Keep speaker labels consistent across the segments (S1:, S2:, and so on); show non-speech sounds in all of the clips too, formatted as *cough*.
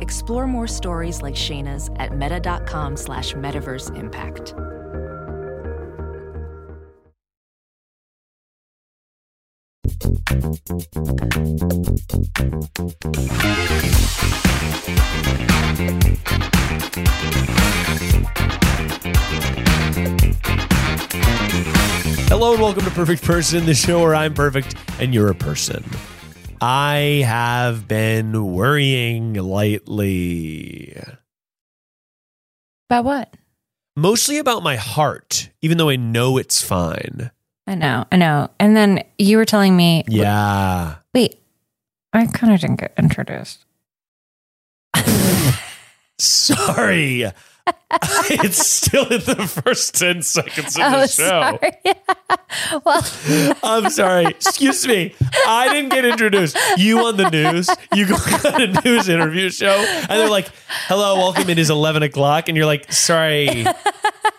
S1: Explore more stories like Shayna's at meta.com slash metaverse impact.
S2: Hello and welcome to Perfect Person, the show where I'm perfect and you're a person. I have been worrying lately,
S3: About what?
S2: mostly about my heart, even though I know it's fine.
S3: I know, I know. And then you were telling me,
S2: Yeah.
S3: wait, I kind of didn't get introduced. *laughs*
S2: Sorry. *laughs* it's still in the first 10 seconds of the show.
S3: Oh, sorry. *laughs* well,
S2: I'm sorry. Excuse me. I didn't get introduced. You on the news. You go *laughs* on a news interview show, and they're like, "Hello, welcome. It is 11 o'clock," and you're like, "Sorry,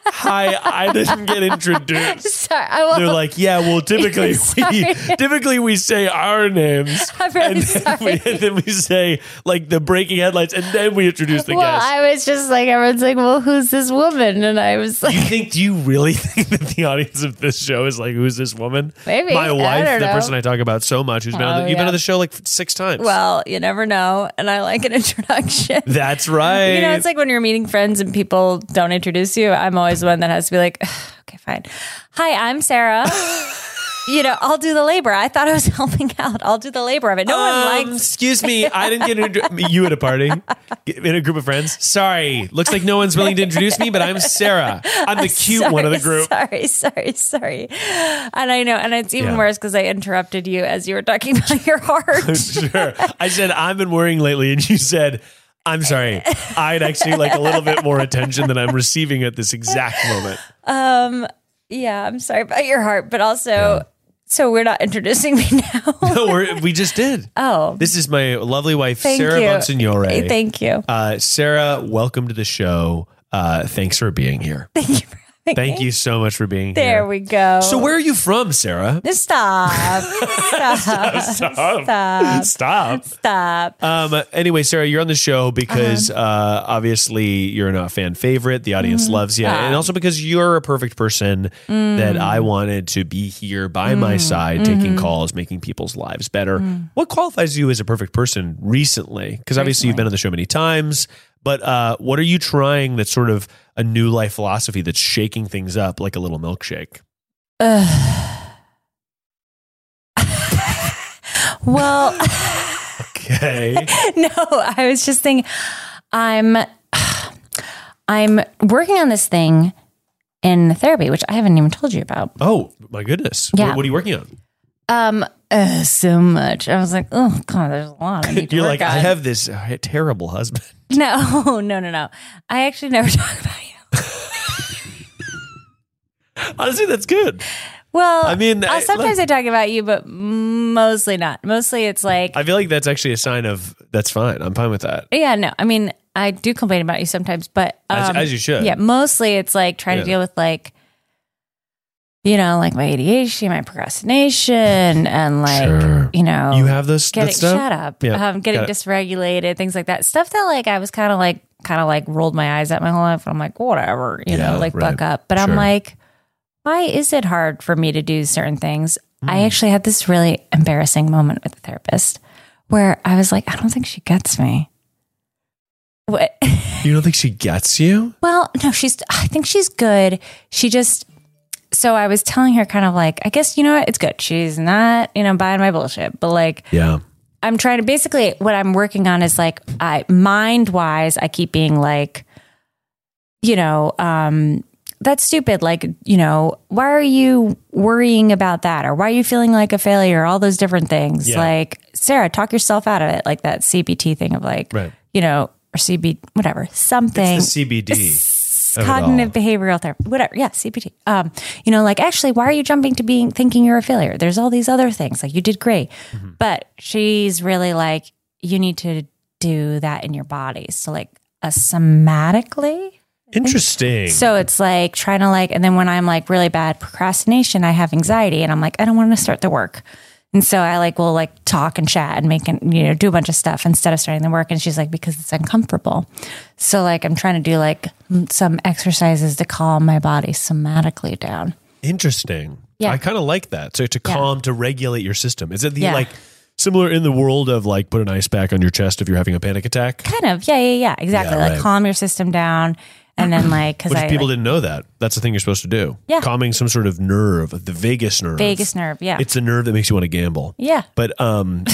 S2: hi. I didn't get
S3: *laughs*
S2: introduced."
S3: sorry. I will.
S2: They're like, "Yeah, well,
S3: *laughs*
S2: typically we
S3: Sorry.
S2: typically we say our names,
S3: I'm really
S2: and, then
S3: sorry.
S2: We, and then we say like the breaking headlines, and then we introduce the
S3: well,
S2: guest."
S3: I was just like, everyone's like, well, who's this woman? And I was
S2: you *laughs*
S3: like,
S2: think? Do you really think that the audience of this show is like, who's this woman?
S3: Maybe.
S2: my
S3: I
S2: wife,
S3: don't
S2: the
S3: know.
S2: person I talk about so much, who's been on
S3: Oh,
S2: the, you've been
S3: yeah.
S2: on the show like six times.
S3: well, you never know. And I like an *laughs* introduction.
S2: that's right.
S3: *laughs* You know, it's like when you're meeting friends and people don't introduce you. I'm always the one that has to be like, okay, fine. Hi,
S2: *laughs*
S3: I'm Sarah. you know, I'll do the labor. I thought I was *laughs* helping out. I'll do the labor of it. No one
S2: Um,
S3: likes.
S2: Excuse me, I didn't get introduced.
S3: *laughs*
S2: you at a party in a group of friends. Sorry, looks like no one's willing to introduce me, but I'm Sarah. I'm
S3: *laughs*
S2: the cute one of the group.
S3: Sorry, sorry, sorry. And I know, and it's even
S2: Yeah.
S3: worse because I interrupted you as you were talking about *laughs*
S2: *laughs*
S3: your
S2: *laughs*
S3: heart.
S2: sure, I said I've been worrying lately, and you said. I'm sorry. I'd actually like a little bit more attention than I'm receiving at this exact
S3: *laughs*
S2: moment.
S3: yeah, I'm sorry about your heart, but also, so we're not introducing me *laughs*
S2: *laughs*
S3: now.
S2: No, we're, we just did.
S3: oh,
S2: This is my lovely wife,
S3: thank
S2: Sarah
S3: you.
S2: Bonsignore.
S3: Thank you.
S2: Uh, Sarah, welcome to the show. Uh, thanks for being here. Thank you.
S3: having
S2: so much for being here.
S3: There we go.
S2: So, where are you from, Sarah? *laughs*
S3: Stop. Stop.
S2: Stop.
S3: *laughs* Stop.
S2: Stop.
S3: Stop.
S2: Um, anyway, Sarah, you're on the show because
S3: Uh-huh.
S2: uh, obviously you're a fan favorite. The audience
S3: Mm-hmm.
S2: loves you. And also because you're a perfect person that I
S3: Mm.
S2: wanted to be here by
S3: Mm-hmm.
S2: my side, taking calls, making people's lives better.
S3: Mm.
S2: What qualifies you as a perfect person recently? Because obviously you've been on the show many times, but uh, what are you trying that's sort of a new life philosophy that's shaking things up like a little milkshake? Uh.
S3: *sighs* Well, *laughs*
S2: Okay.
S3: no, I was just thinking I'm *sighs* I'm working on this thing in therapy, which I haven't even told you about.
S2: *laughs* oh, my goodness.
S3: Yeah.
S2: What, what are you working on?
S3: Um uh, so much. I was like, oh god, there's a
S2: *laughs*
S3: lot. I need to
S2: You're
S3: work
S2: like, I
S3: on."
S2: have this uh, terrible husband.
S3: *laughs*
S2: *laughs*
S3: no, no, no, no. I actually never *laughs* talk about you.
S2: Honestly, that's good.
S3: Well,
S2: I mean,
S3: I'll-
S2: I-
S3: sometimes I talk about you, but mostly not. Mostly, it's like
S2: I feel like that's actually a sign of that's fine. I'm fine with that.
S3: Yeah, no. I mean, I do complain about you sometimes, but um,
S2: As- as you should.
S3: Yeah, mostly it's like trying
S2: Yeah.
S3: to deal with like you know, like my ADHD, my procrastination, and like
S2: Sure.
S3: you know,
S2: you have this, that
S3: Oh. getting
S2: stuff?
S3: shut up,
S2: Yeah,
S3: um, getting
S2: got it.
S3: dysregulated, things like that. Stuff that like I was kind of like, kind of like rolled my eyes at my whole life. I'm like, whatever, you
S2: Yeah,
S3: know, like
S2: right.
S3: buck up. But
S2: Sure.
S3: I'm like, why is it hard for me to do certain things?
S2: Hmm.
S3: I actually had this really embarrassing moment with the therapist where I was like, I don't think she gets me. What?
S2: You don't think she gets you?
S3: *laughs* Well, no, she's, I think she's good. She just, so I was telling her kind of like, I guess, you know what? It's good. She's not, you know, buying my bullshit, but like,
S2: Yeah.
S3: I'm trying to basically what I'm working on is like I mind wise, I keep being like, you know, um, that's stupid. Like, you know, why are you worrying about that? Or why are you feeling like a failure? All those different things.
S2: Yeah.
S3: Like, Sarah, talk yourself out of it. Like that CBT thing of like,
S2: Right.
S3: you know, or CB, whatever, something
S2: CBD. of it
S3: cognitive
S2: all.
S3: behavioral therapy, whatever. Yeah, CBT. Um, you know, like actually, why are you jumping to being thinking you're a failure? There's all these other things. Like you did great,
S2: Mm-hmm.
S3: but she's really like you need to do that in your body. So like a somatically.
S2: Interesting.
S3: So it's like trying to like, and then when I'm like really bad procrastination, I have anxiety, and I'm like I don't want to start the work. And so I like will like talk and chat and make and you know do a bunch of stuff instead of starting the work. And she's like because it's uncomfortable. So like I'm trying to do like m- some exercises to calm my body somatically down.
S2: Interesting.
S3: Yeah.
S2: I kind of like that. So to calm, to regulate your system. Is it the
S3: Yeah.
S2: like similar in the world of like put an ice pack on your chest if you're having a panic attack?
S3: Kind of yeah yeah yeah exactly
S2: Yeah,
S3: like
S2: right.
S3: calm your system down and then like because
S2: Which
S3: I
S2: people
S3: like,
S2: didn't know that. That's the thing you're supposed to do.
S3: Yeah.
S2: Calming some sort of nerve, the vagus nerve.
S3: vagus nerve yeah
S2: It's a nerve that makes you want to gamble.
S3: yeah
S2: But
S3: *laughs*
S2: um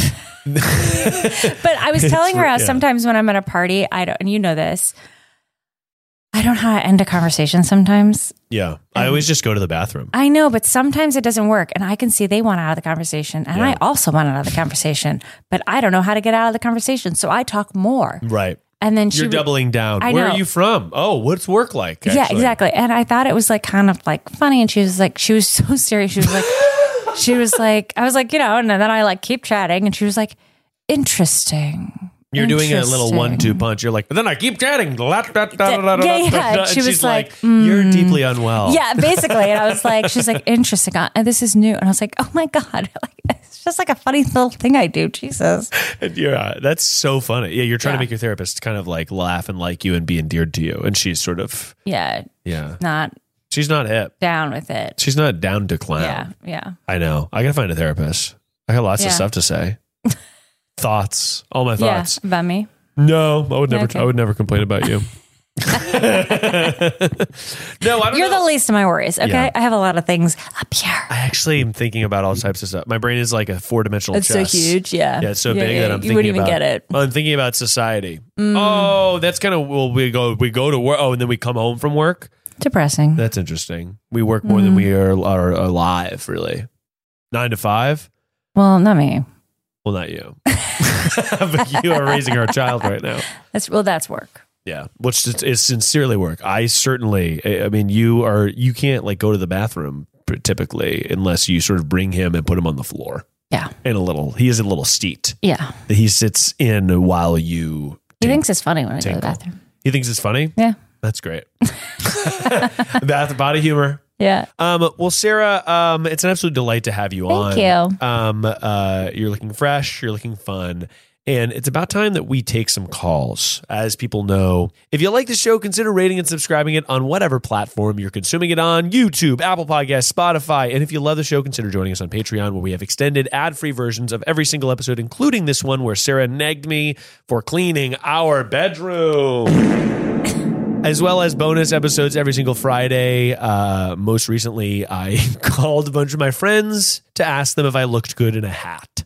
S3: But
S2: *laughs*
S3: I was telling her
S2: re-
S3: how
S2: yeah.
S3: sometimes when I'm at a party, I don't, and you know this, I don't know how to end a conversation sometimes.
S2: yeah, I always just go to the bathroom.
S3: I know, but sometimes it doesn't work. And I can see they want out of the conversation. And I
S2: Yeah.
S3: also want out of the conversation, but I don't know how to get out of the conversation. So I talk more.
S2: Right.
S3: And then she.
S2: You're
S3: would-
S2: doubling down.
S3: I
S2: Where
S3: know.
S2: are you from? Oh, what's work like?
S3: Yeah,
S2: actually?
S3: exactly. And I thought it was like kind of like funny. And she was like, she was *laughs* so serious. She was like, she was like, I was like, you know, and then I like keep chatting. And she was like, interesting.
S2: You're doing a little
S3: Interesting.
S2: one-two punch. You're like, but then I keep chatting. La, da, da, da, da, da,
S3: Yeah, yeah.
S2: da, da." And
S3: She was
S2: she's like,
S3: like, mm.
S2: "You're deeply unwell." *laughs*
S3: Yeah, basically. And I was like, she's like, interesting. Uh, And this is new. And I was like, oh my God. *laughs* Like, it's just like a funny little thing I do. Jesus.
S2: Yeah, uh, that's so funny. Yeah, you're trying
S3: Yeah.
S2: to make your therapist kind of like laugh and like you and be endeared to you. And she's sort of,
S3: Yeah.
S2: yeah,
S3: Not
S2: she's not hip.
S3: down with it.
S2: She's not down to clown.
S3: Yeah. Yeah.
S2: I know. I gotta find a therapist. I got lots
S3: Yeah.
S2: of stuff to
S3: *laughs*
S2: say. thoughts. All my thoughts.
S3: Yeah. About me.
S2: No, I would never.
S3: Okay.
S2: I would never complain about
S3: *laughs*
S2: you. *laughs* no, I don't.
S3: You're
S2: know.
S3: the least of my worries. Okay.
S2: Yeah.
S3: I have a lot of things up here.
S2: I actually am thinking about all types of stuff. My brain is like a four dimensional.
S3: It's so huge. Yeah.
S2: Yeah, it's so big that I'm thinking
S3: You wouldn't even
S2: about,
S3: get it. Mm,
S2: I'm thinking about society. Oh, that's kind of well, we go we go to work. Oh, and then we come home from work.
S3: Depressing.
S2: That's interesting. We work more than we
S3: Mm-hmm.
S2: are, are alive. Really, nine to five.
S3: Well, not me.
S2: Well, not you,
S3: *laughs*
S2: *laughs* but you are raising our child right now.
S3: That's well, that's work.
S2: Yeah, which is, is sincerely work. I certainly. I I mean, you are you can't like go to the bathroom typically unless you sort of bring him and put him on the floor.
S3: Yeah.
S2: and a little. He is a little steet
S3: Yeah.
S2: that he sits in while you.
S3: He thinks it's funny when I go to the
S2: Tinkle.
S3: bathroom.
S2: He thinks it's funny.
S3: Yeah.
S2: That's great. *laughs* That's body humor.
S3: Yeah.
S2: Um, well, Sarah, um, it's an absolute delight to have you on.
S3: Thank you.
S2: Um, uh, you're looking fresh. You're looking fun. And it's about time that we take some calls. As people know, if you like the show, consider rating and subscribing it on whatever platform you're consuming it on YouTube, Apple Podcasts, Spotify. And if you love the show, consider joining us on Patreon, where we have extended ad free versions of every single episode, including this one where Sarah nagged me for cleaning our bedroom as well as bonus episodes every single Friday. Uh, most recently, I *laughs* called a bunch of my friends to ask them if I looked good in a hat.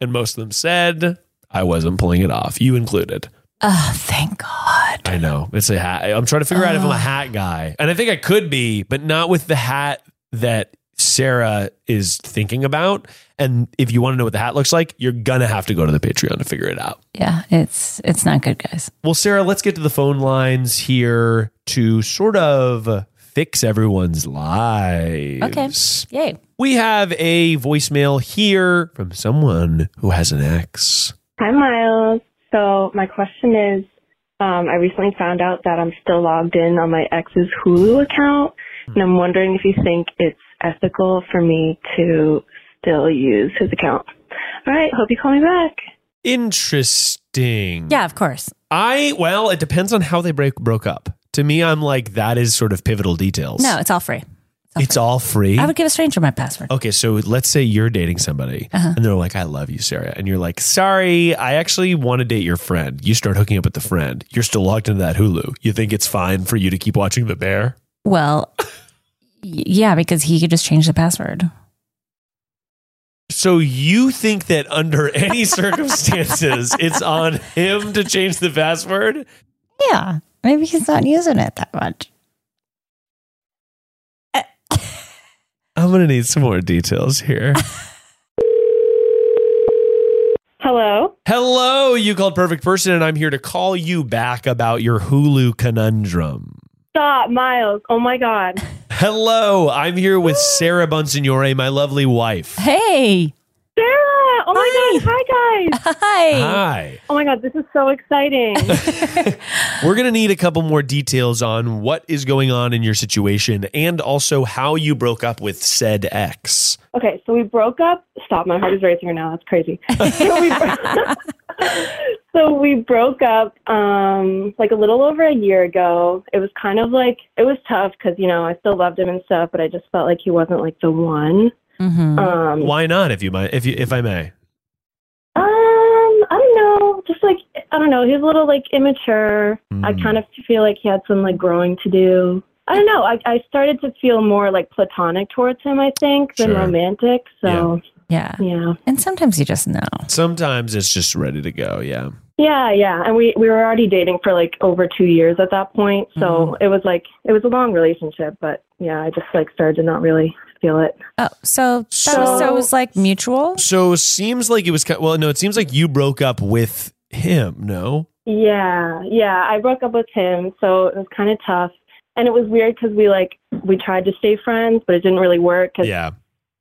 S2: And most of them said I wasn't pulling it off, you included.
S3: Oh, thank God.
S2: I know. It's a hat. I'm trying to figure out if I'm a hat guy. And I think I could be, but not with the hat that Sarah is thinking about. And if you want to know what the hat looks like, you're going to have to go to the Patreon to figure it out.
S3: Yeah. It's it's not good, guys.
S2: Well, Sarah, let's get to the phone lines here to sort of fix everyone's lives.
S3: Yay.
S2: We have a voicemail here from someone who has an ex.
S4: Hi, Miles. So my question is, um, I recently found out that I'm still logged in on my ex's Hulu account, and I'm wondering if you think it's ethical for me to still use his account. All right, hope you call me back.
S2: Interesting.
S3: Yeah, of course.
S2: I well, it depends on how they break broke up. To me, I'm like that is sort of pivotal details.
S3: No, it's all free. It's
S2: It's all free.
S3: I would give a stranger my password.
S2: Okay, so let's say you're dating somebody and they're like, I love you, Sarah. And you're like, sorry, I actually want to date your friend. You start hooking up with the friend. You're still logged into that Hulu. You think it's fine for you to keep watching The Bear?
S3: Well, y- yeah, because he could just change the password.
S2: So you think that under *laughs* any circumstances, it's on him to change the password?
S3: Yeah, maybe he's not using it that much.
S2: I'm going to need some more details here.
S4: Hello.
S2: Hello, you called Perfect Person, and I'm here to call you back about your Hulu conundrum.
S4: Stop, Miles. Oh my God.
S2: Hello, I'm here with Sarah Bonsignore, my lovely wife.
S3: Hey, *laughs*
S4: Sarah. Oh my God. Hi, guys.
S3: hi. *laughs*
S2: Hi.
S4: Oh my God. This is so exciting.
S2: We're going to need a couple more details on what is going on in your situation and also how you broke up with said ex.
S4: Okay, so we broke up. Stop, my heart is racing right now. That's crazy. *laughs* so, we bro- so we broke up um, like a little over a year ago. It was kind of like, it was tough because, you know, I still loved him and stuff, but I just felt like he wasn't like the one.
S3: Mhm.
S4: Um,
S2: Why not if you might if you if I may?
S4: um, I don't know. Just like, I don't know. He was a little like immature. I
S2: Mm.
S4: kind of feel like he had some like growing to do. I don't know. I, I started to feel more like platonic towards him, I think, than
S2: Sure.
S4: romantic. So,
S3: Yeah,
S4: yeah.
S3: and sometimes you just know.
S2: Sometimes it's just ready to go, yeah.
S4: Yeah, yeah. And we, we were already dating for like over two years at that point. So
S2: Mm-hmm.
S4: it was like, it was a long relationship, but yeah, I just like started to not really feel it.
S3: Oh, so that was so it was like mutual.
S2: So seems like it was ki- well no, it seems like you broke up with him, no?
S4: Yeah, yeah. I broke up with him. So it was kind of tough. And it was weird because we like, we tried to stay friends, but it didn't really work because
S2: Yeah.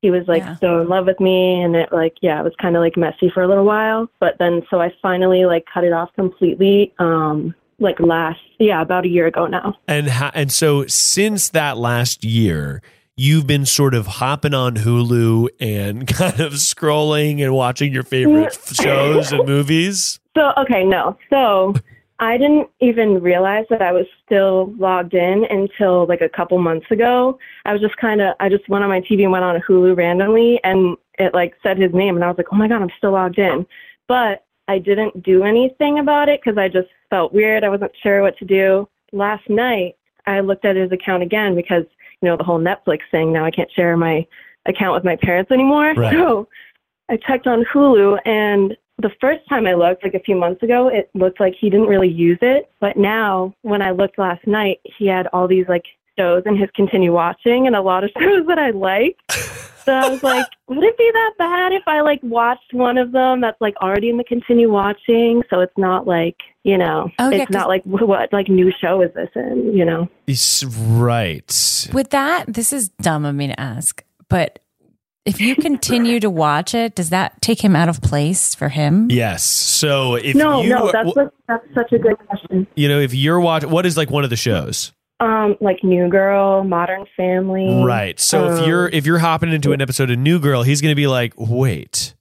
S4: he was like
S3: Yeah.
S4: so in love with me. And it like, yeah, it was kind of like messy for a little while. But then, so I finally like cut it off completely. Um, like last, yeah, about a year ago now.
S2: And ha- and so since that last year, you've been sort of hopping on Hulu and *laughs* kind of scrolling and watching your favorite shows and movies.
S4: So okay, no. So I didn't even realize that I was still logged in until like a couple months ago. I was just kind of I just went on my TV and went on Hulu randomly, and it like said his name, and I was like, oh my god, I'm still logged in. But I didn't do anything about it because I just felt weird. I wasn't sure what to do. Last night I looked at his account again because you know the whole Netflix thing. Now I can't share my account with my parents anymore.
S2: Right.
S4: So I checked on Hulu and the first time I looked, like a few months ago, it looked like he didn't really use it. But now, when I looked last night, he had all these like shows in his continue watching and a lot of *laughs* shows that I like. So I was like, would it be that bad if I like watched one of them that's like already in the continue watching? So it's not like, you know,
S3: Oh, yeah,
S4: it's not like wh- what like new show is this in, you know?
S2: It's right.
S3: With that, this is dumb of me to ask, but if you continue to watch it, does that take him out of place for him?
S2: Yes. So if
S4: No,
S2: you
S4: no, that's
S2: wh-
S4: what, that's such a good question.
S2: you know if you're watching what is like one of the shows?
S4: Um, like New Girl, Modern Family,
S2: Right. So if
S4: Um,
S2: you're if you're hopping into an episode of New Girl, he's going to be like, "Wait.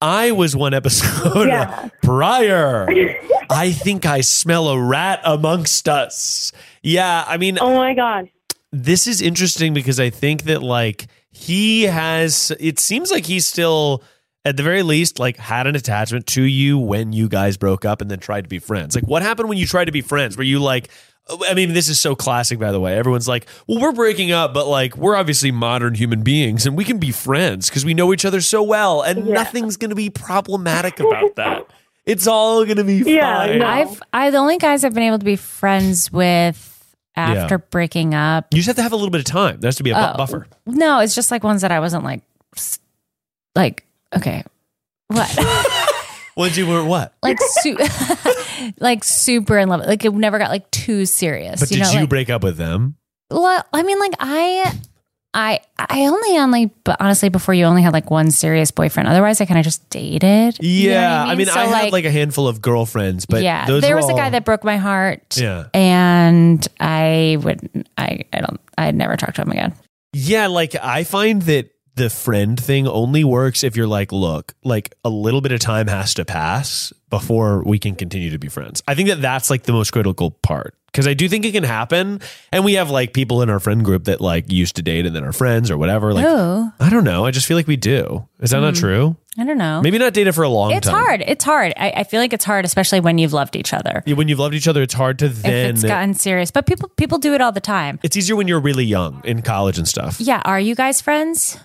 S2: I was one episode
S4: Yeah.
S2: *laughs* prior. I think I smell a rat amongst us." Yeah, I mean,
S4: Oh my god.
S2: this is interesting because I think that like he has it seems like he's still at the very least like had an attachment to you when you guys broke up and then tried to be friends. Like what happened when you tried to be friends? Were you like I mean this is so classic by the way. Everyone's like, "Well, we're breaking up, but like we're obviously modern human beings and we can be friends because we know each other so well and nothing's going to be problematic about that." It's all going to be
S4: Yeah,
S2: fine.
S4: no.
S3: I've I the only guys I've been able to be friends with after breaking up.
S2: You just have to have a little bit of time. There has to be a bu-
S3: Oh.
S2: buffer.
S3: No, it's just like ones that I wasn't like s- like okay. What? *laughs*
S2: Once you weren't what?
S3: like su- *laughs* like super in love. Like it never got like too serious.
S2: But
S3: you
S2: did
S3: know,
S2: you
S3: like,
S2: break up with them?
S3: Well, I mean, like I, I, I only only, but honestly, before you only had like one serious boyfriend. Otherwise, I kind of just dated. You
S2: Yeah,
S3: know what
S2: I mean, I,
S3: So,
S2: had like a handful of girlfriends, but
S3: yeah,
S2: those
S3: there
S2: were
S3: was a
S2: all-
S3: guy that broke my heart.
S2: Yeah.
S3: and I would, I, I don't, I never talked to him again.
S2: Yeah, like I find that the friend thing only works if you're like, look, like a little bit of time has to pass before we can continue to be friends. I think that that's like the most critical part because I do think it can happen. And we have like people in our friend group that like used to date and then are friends or whatever. Like,
S3: Oh,
S2: I don't know. I just feel like we do. Is that not true?
S3: I don't know.
S2: Maybe not dated for a long
S3: Mm. Oh. it's
S2: time.
S3: hard. It's hard. I, I feel like it's hard, especially when you've loved each other.
S2: Yeah, When you've loved each other, it's hard to then.
S3: if it's gotten serious, but people people do it all the time.
S2: it's easier when you're really young in college and stuff.
S3: Yeah, are you guys friends?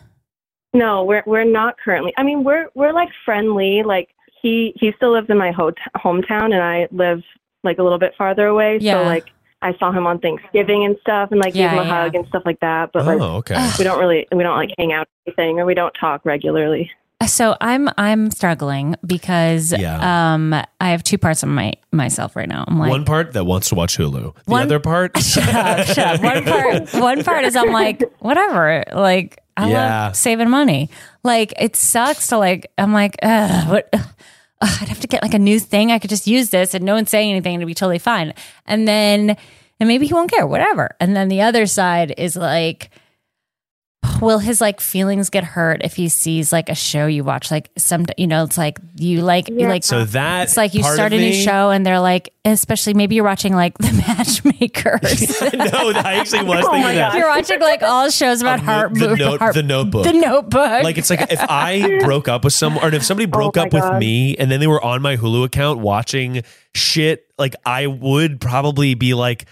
S4: No, we're we're not currently. I mean, we're we're like friendly. Like he he still lives in my ho- hometown, and I live like a little bit farther away.
S3: Yeah.
S4: So like I saw him on Thanksgiving and stuff, and like
S3: Yeah,
S4: gave him a
S3: yeah.
S4: hug and stuff like that. But like
S2: Oh, okay.
S4: we don't really we don't like hang out or anything, or we don't talk regularly.
S3: So I'm I'm struggling because
S2: Yeah.
S3: um I have two parts of my myself right now. I'm like
S2: One part that wants to watch Hulu. The
S3: One-
S2: other part.
S3: *laughs* Shut up,
S2: *laughs*
S3: shut up. One part, one part is I'm like, whatever. Like, I
S2: Yeah.
S3: love saving money. Like, it sucks to like. I'm like, ugh, what? ugh, I'd have to get like a new thing. I could just use this, and no one's saying anything, and it'd be totally fine. And then, and maybe he won't care, whatever. And then the other side is like. Will his like feelings get hurt if he sees like a show you watch? Like some, you know, it's like you like you like
S2: So that
S3: it's like you
S2: part of
S3: start a new
S2: me- *laughs*
S3: show and they're like, especially maybe you're watching like *laughs* The Matchmakers.
S2: no, *laughs* I actually
S3: *laughs*
S2: was
S4: Oh
S2: thinking
S4: my
S2: that.
S4: God.
S3: you're watching like all shows about
S2: Of
S3: heart
S2: the, the,
S3: move-
S2: note,
S3: heart-
S2: the notebook.
S3: The *laughs* notebook.
S2: like it's like if I broke up with someone, or if somebody
S3: Oh
S2: broke
S4: my
S2: up with
S4: God.
S2: me, and then they were on my Hulu account watching shit, like I would probably be like,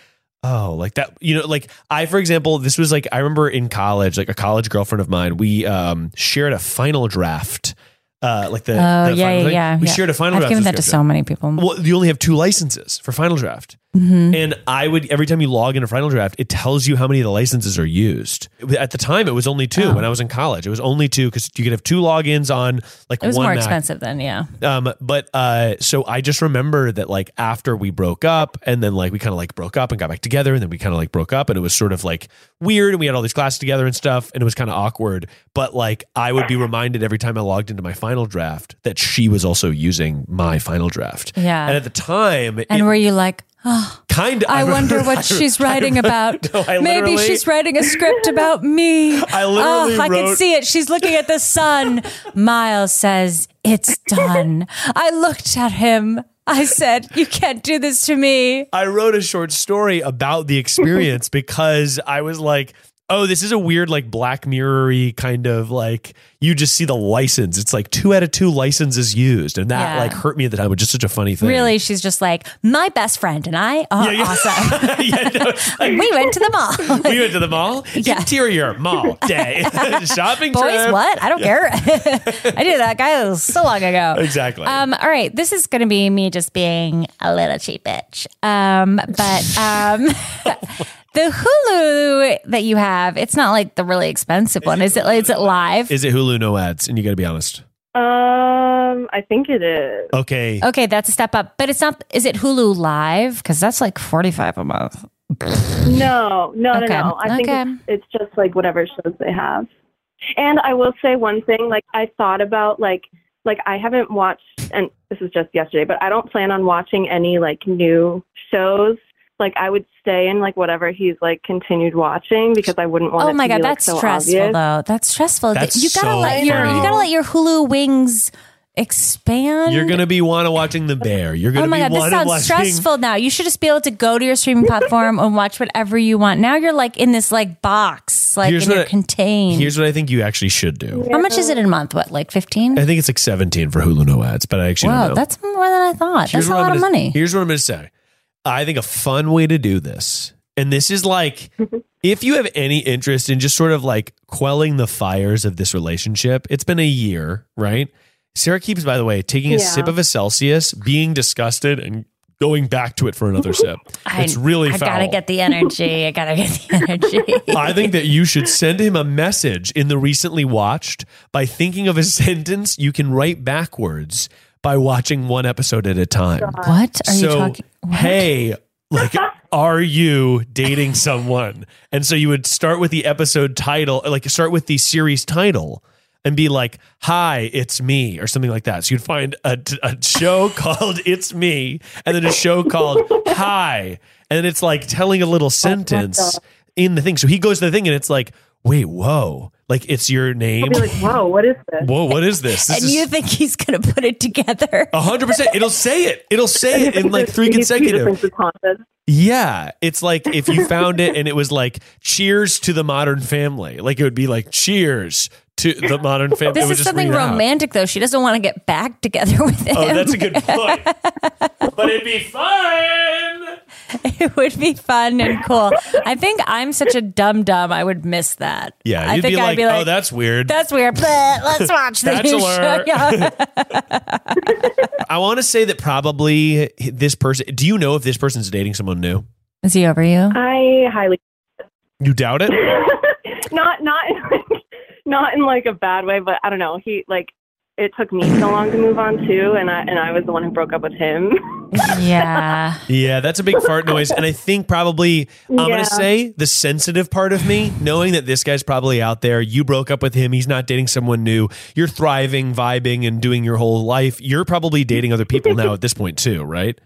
S2: oh, like that, you know, like I, for example, this was like I remember in college, like a college girlfriend of mine, we um shared a final draft, uh, like the,
S3: oh
S2: the
S3: yeah,
S2: final
S3: yeah,
S2: thing.
S3: yeah.
S2: we
S3: yeah.
S2: shared a final
S3: I've
S2: draft
S3: given that to
S2: subscription.
S3: so many people.
S2: Well, you only have two licenses for Final Draft.
S3: Mm-hmm.
S2: And I would, every time you log into Final Draft, it tells you how many of the licenses are used. At the time, it was only
S3: Oh.
S2: two. when I was in college. It was only two because you could have two logins on like
S3: it was
S2: one
S3: more
S2: Mac.
S3: expensive then, yeah.
S2: Um, but uh, so I just remember that like after we broke up and then like we kind of like broke up and got back together and then we kind of like broke up and it was sort of like weird and we had all these classes together and stuff and it was kind of awkward. But like I would be reminded every time I logged into my final draft that she was also using my final draft.
S3: Yeah.
S2: And at the time,
S3: And were you like, oh,
S2: kind of.
S3: I
S2: *laughs*
S3: wonder what she's writing about.
S2: No, I
S3: Maybe
S2: literally-
S3: she's writing a script about me.
S2: I literally
S3: oh, I can
S2: wrote-
S3: see it. She's looking at the
S2: *laughs*
S3: sun. Miles says, It's done. I looked at him. I said, You can't do this to me.
S2: I wrote a short story about the
S3: *laughs*
S2: experience because I was like, oh, this is a weird, like, Black Mirror kind of like, you just see the license. It's like two out of two licenses used. And that,
S3: Yeah.
S2: like, hurt me at the time, which is such a funny thing.
S3: Really, she's just like, My best friend and I
S2: Yeah,
S3: are
S2: yeah. *laughs*
S3: awesome.
S2: *laughs* yeah, no, it's like,
S3: we went to the
S2: *laughs*
S3: mall.
S2: we went to the mall.
S3: *laughs* Yeah.
S2: Interior
S3: *laughs*
S2: mall day. *laughs* Shopping
S3: Boys,
S2: trip.
S3: what? I don't care.
S2: *laughs*
S3: *laughs* I did that guy it was so long ago.
S2: Exactly.
S3: Um, all right, this is going to be me just being a little cheap bitch. Um, but um, *laughs* the Hulu that you have, it's not like the really expensive one, is it? Is it live?
S2: is it Hulu no ads? And you got to be honest.
S4: Um, I think it is.
S2: Okay.
S3: okay, that's a step up, but it's not. Is it Hulu live? Because that's like forty five a month.
S4: No, no,
S3: Okay.
S4: no, no. I think
S3: Okay.
S4: it's, it's just like whatever shows they have. And I will say one thing, like I thought about like like I haven't watched and this is just yesterday, but I don't plan on watching any like new shows. Like I would stay in like whatever he's like continued watching because I wouldn't want
S3: Oh
S4: it
S3: my
S4: to
S3: god,
S4: be, like,
S3: that's
S4: so
S3: stressful
S4: obvious.
S3: though. That's stressful.
S2: That's
S3: you gotta
S2: so
S3: let your
S2: funny.
S3: you gotta let your Hulu wings expand.
S2: You're going to be wanna watching The Bear. You're going
S3: Um, Oh
S2: to
S3: my
S2: be
S3: god, this
S2: wanna
S3: sounds
S2: watching.
S3: stressful now. You should just be able to go to your streaming platform and watch whatever you want. Now you're like in this like box, like
S2: Here's
S3: and you're
S2: what I-
S3: contained.
S2: Here's what I think you actually should do.
S3: How much is it in a month? What, like fifteen?
S2: I think it's like 17 for Hulu no ads, but I actually don't
S3: Wow,
S2: know.
S3: that's more than I thought.
S2: Here's
S3: Uh,
S2: what
S3: that's a
S2: I'm
S3: lot of
S2: gonna-
S3: money.
S2: Here's what I'm going to say. I think a fun way to do this, and this is like, if you have any interest in just sort of like quelling the fires of this relationship, it's been a year, right? Sarah keeps, by the way, taking a
S4: Yeah.
S2: sip of a Celsius, being disgusted, and going back to it for another sip. It's really
S3: I, I
S2: foul. Uh,
S3: gotta get the energy. I gotta get the
S2: *laughs*
S3: energy.
S2: I think that you should send him a message in the recently watched by thinking of a *laughs* sentence you can write backwards by watching one episode at a time.
S3: what are
S2: so,
S3: you talking? What?
S2: hey,
S3: *laughs*
S2: like, are you dating someone? And so you would start with the episode title, like, start with the series title. And be like, "Hi, it's me," or something like that. So you'd find a, a show *laughs* called "It's Me," and then a show called "Hi," and
S3: Oh
S2: it's like telling a little sentence in the thing. So he goes to the thing, and it's like, "Wait, whoa! Like it's your name.
S5: I'll be like, whoa, what is this?
S2: Whoa, what is this? This
S3: and you
S2: is Oh,
S3: think he's going to put it together?
S2: a hundred percent. It'll say it. It'll say it in like
S4: *laughs*
S2: three
S5: These two
S2: consecutive.
S5: differences haunted.
S2: Yeah, it's like if
S3: *laughs*
S2: you found it and it was like "Cheers to the Modern Family," like it would be like "Cheers to the Modern Family." It
S3: This
S2: would
S3: is
S2: just
S3: something
S2: read out.
S3: romantic, though. She doesn't want to get back together *laughs* with him.
S2: Oh, that's a good
S3: *laughs*
S2: point. but it'd be fun.
S3: *laughs* it would be fun and cool. I think I'm such a dumb dumb. I would miss that.
S2: Yeah,
S3: I
S2: you'd
S3: think
S2: be
S3: I'd
S2: like,
S3: be like,
S2: "Oh, that's weird."
S3: that's weird. But let's watch the new show.
S2: Bachelor.
S3: Yeah.
S2: I want to say that probably this person. Do you know if this person's dating someone new?
S3: *laughs* Is he over you?
S4: I highly
S2: You doubt it.
S4: *laughs* not not in like, not in like a bad way, but I don't know. He like it took me so long to move on too, and I and I was the one who broke up with him. *laughs*
S3: yeah.
S2: Yeah, that's a big fart noise. And I think probably I'm
S4: Yeah.
S2: gonna say the sensitive part of me, knowing that this guy's probably out there, you broke up with him, he's not dating someone new, you're thriving, vibing, and doing your whole life. You're probably dating other people now at this point too, right?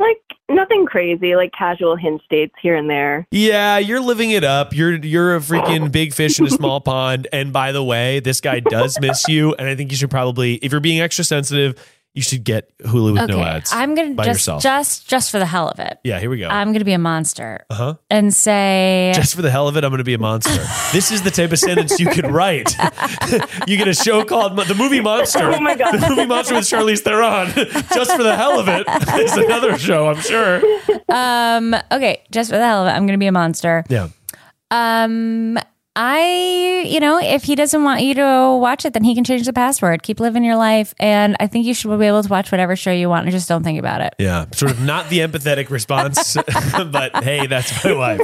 S4: like nothing crazy, like casual hinge dates here and there.
S2: Yeah, you're living it up. You're you're a freaking big fish in a small pond. And by the way, this guy does miss you. And I think you should probably, if you're being extra sensitive, you should get Hulu with
S3: Okay.
S2: *laughs* no ads.
S3: I'm gonna
S2: by
S3: just
S2: yourself.
S3: just just for the hell of it.
S2: yeah, here we go.
S3: I'm gonna be a monster
S2: uh huh.
S3: and say
S2: just for the hell of it, I'm going to be a monster. this is the type of sentence you could write. *laughs* you get a show called Mo- The Movie Monster.
S4: Oh my God.
S2: The Movie Monster with Charlize Theron. *laughs* just for the hell of it is another show, I'm sure.
S3: *laughs* um okay, just for the hell of it, I'm gonna be a monster.
S2: Yeah.
S3: Um I, you know, if he doesn't want you to watch it, then he can change the password. Keep living your life. And I think you should be able to watch whatever show you want and just don't think about it.
S2: Yeah. Sort of not the empathetic response, *laughs* but hey, that's my life.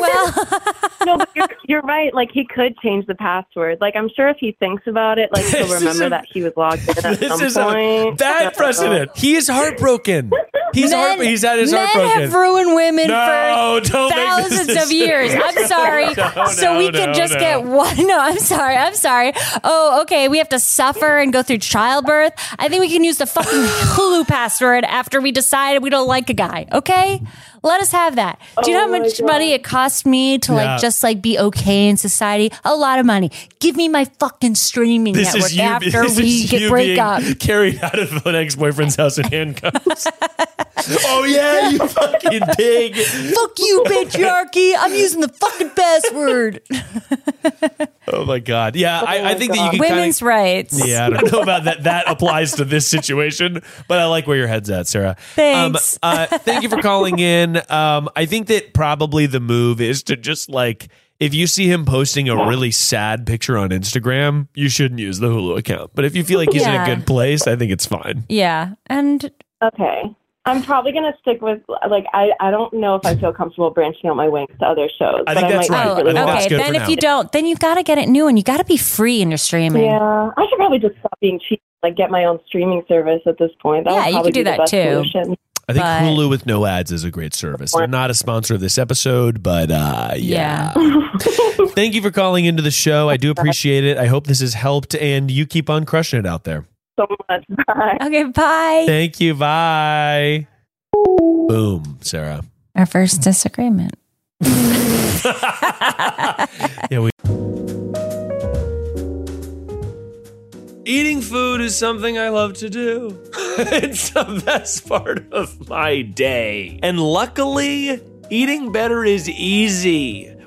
S4: No, but you're, *laughs* you're right. Like he could change the password. Like I'm sure if he thinks about it, like he'll
S2: This is
S4: remember
S2: a-
S4: that he was logged in
S2: *laughs* *laughs*
S4: at
S2: this
S4: some
S2: is a
S4: point.
S2: bad precedent. He is heartbroken. He's, heart, he's had his
S3: men
S2: heart broken.
S3: have ruined women
S2: No,
S3: for
S2: don't make this
S3: thousands of
S2: decision.
S3: years. I'm sorry.
S2: *laughs* No,
S3: so we
S2: no,
S3: could
S2: no,
S3: just
S2: no.
S3: get one. *laughs* No, I'm sorry. I'm sorry. Oh, okay. We have to suffer and go through childbirth. I think we can use the fucking
S2: *laughs*
S3: Hulu password after we decide we don't like a guy. Okay, let us have that. Do you know how much money it cost me to
S2: Yeah.
S3: like just like be okay in society? A lot of money. Give me my fucking streaming
S2: This
S3: network
S2: is you,
S3: after
S2: *laughs* this
S3: we
S2: is
S3: get
S2: you
S3: break
S2: being
S3: up.
S2: carried out of an ex-boyfriend's house in
S3: *laughs*
S2: handcuffs. oh yeah, you fucking pig.
S3: Fuck you, patriarchy. I'm using the fucking
S2: *laughs*
S3: password.
S2: Oh my god. Yeah, I, I think that you can kinda-
S3: Women's
S2: *laughs*
S3: rights.
S2: yeah, I don't know about that. That applies to this situation, but I like where your head's at, Sarah.
S3: Thanks.
S2: Um, uh, thank you for calling in. Um, I think that probably the move is to just like if you see him posting a really sad picture on Instagram, you shouldn't use the Hulu account. But if you feel like he's
S3: Yeah.
S2: in a good place, I think it's fine.
S3: Yeah. And
S4: Okay. I'm probably gonna stick with like I I don't know if I feel comfortable branching out my wings to other shows.
S2: I
S4: but
S2: think
S4: I
S2: that's
S4: might
S2: right.
S3: oh,
S4: secretly
S2: I think
S4: watch
S2: that's
S3: okay.
S2: good
S3: Then
S2: for
S3: if
S2: now.
S3: you don't, then you've got to get it new and you got to be free in your streaming.
S4: Yeah, I should probably just stop being cheap. Like get my own streaming service at this point. That
S3: Yeah,
S4: would
S3: you
S4: probably
S3: could do
S4: be
S3: that
S4: the best
S3: too.
S4: Solution.
S2: I think
S3: But-
S2: Hulu with no ads is a great service. They're not a sponsor of this episode, but uh, yeah.
S6: *laughs*
S2: Thank you for calling into the show. I do appreciate it. I hope this has helped, and you keep on crushing it out there.
S4: So much. Bye.
S3: Okay. Bye.
S2: Thank you. Bye. Boom, Sarah.
S3: Our first disagreement.
S2: Eating food is something I love to do. *laughs* it's the best part of my day. And luckily, eating better is easy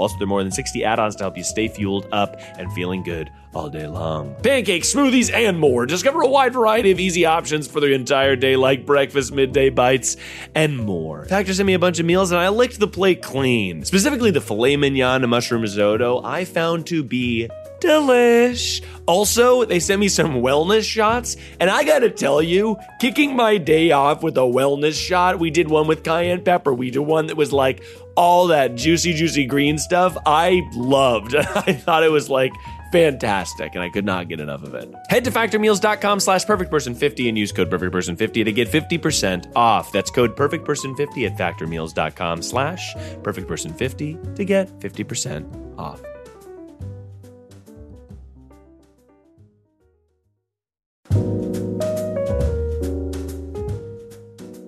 S2: Also, there are more than 60 add ons to help you stay fueled up and feeling good all day long. Pancakes, smoothies, and more. Discover a wide variety of easy options for the entire day, like breakfast, midday bites, and more. Factor sent me a bunch of meals, and I licked the plate clean. Specifically, the filet mignon and mushroom risotto I found to be delish. Also, they sent me some wellness shots, and I gotta tell you, kicking my day off with a wellness shot, we did one with cayenne pepper, we did one that was *laughs* like all that juicy, juicy green stuff. I loved. I thought it was like fantastic and I could not get enough of it. Head to factormeals.com slash perfectperson50 and use code perfectperson50 to get 50% off. That's code perfectperson50 at factormeals.com slash perfectperson50 to get 50% off.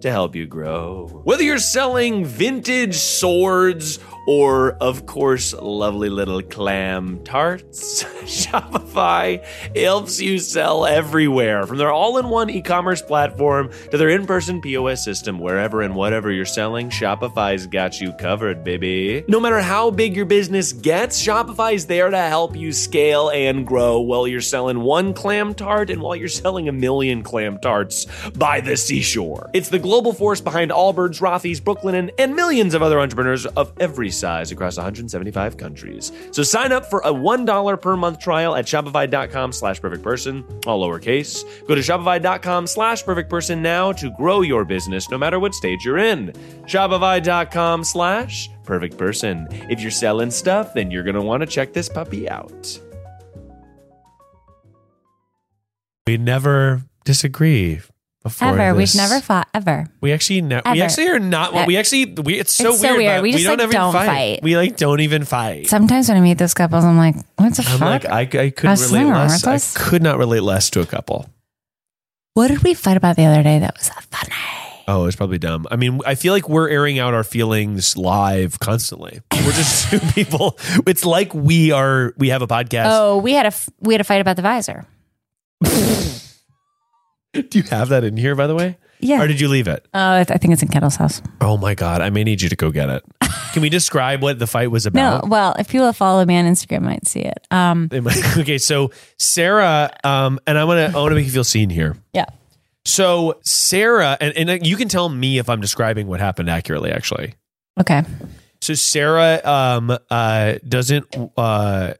S2: to help you grow. Whether you're selling vintage swords, or, of course, lovely little clam tarts. *laughs* Shopify helps you sell everywhere, from their all in one e commerce platform to their in person POS system, wherever and whatever you're selling, Shopify's got you covered, baby. No matter how big your business gets, Shopify's there to help you scale and grow while you're selling one clam tart and while you're selling a million clam tarts by the seashore. It's the global force behind Allbirds, Rothy's, Brooklyn, and, and millions of other entrepreneurs of every size across 175 countries. So sign up for a $1 per month trial at shopify.com slash perfect person, all lowercase. Go to shopify.com slash perfect person now to grow your business no matter what stage you're in. Shopify.com slash perfect person. If you're selling stuff, then you're going to want to check this puppy out. We never disagree. Before
S3: Ever. We've never fought ever.
S2: we actually ne- we
S3: Ever.
S2: actually are not.
S3: Uh,
S2: we actually we. It's so
S3: it's so
S2: weird.
S3: weird.
S2: but
S3: We just,
S2: don't,
S3: like,
S2: even
S3: don't
S2: fight.
S3: fight.
S2: We like don't even fight.
S3: Sometimes when I meet those couples, I'm like, what the
S2: I'm
S3: fuck?
S2: like I, I could
S3: I
S2: relate
S3: was slimmer,
S2: less.
S3: aren't
S2: I
S3: those?
S2: could not relate less to a couple.
S3: what did we fight about the other day that was so funny?
S2: Oh, it's probably dumb. I mean, I feel like we're airing out our feelings live constantly. We're just *laughs* two people. It's like we are. We have a podcast.
S3: Oh, we had a f- we had a fight about the visor.
S2: Do you have that in here, by the way?
S3: Oh. Yeah.
S2: Or did you leave it?
S3: Oh, I, th- I think it's in Kettle's house.
S2: Oh my god! I may need you to go get it. Can we describe what the fight was
S3: No,
S2: about?
S3: well, if people follow me on Instagram, might see it. Um,
S2: They might- *laughs* okay, so Sarah, um, and I want to I want to make you feel seen here.
S3: yeah,
S2: So Sarah, and, and you can tell me if I'm describing what happened accurately, actually.
S3: okay.
S2: So Sarah um uh doesn't uh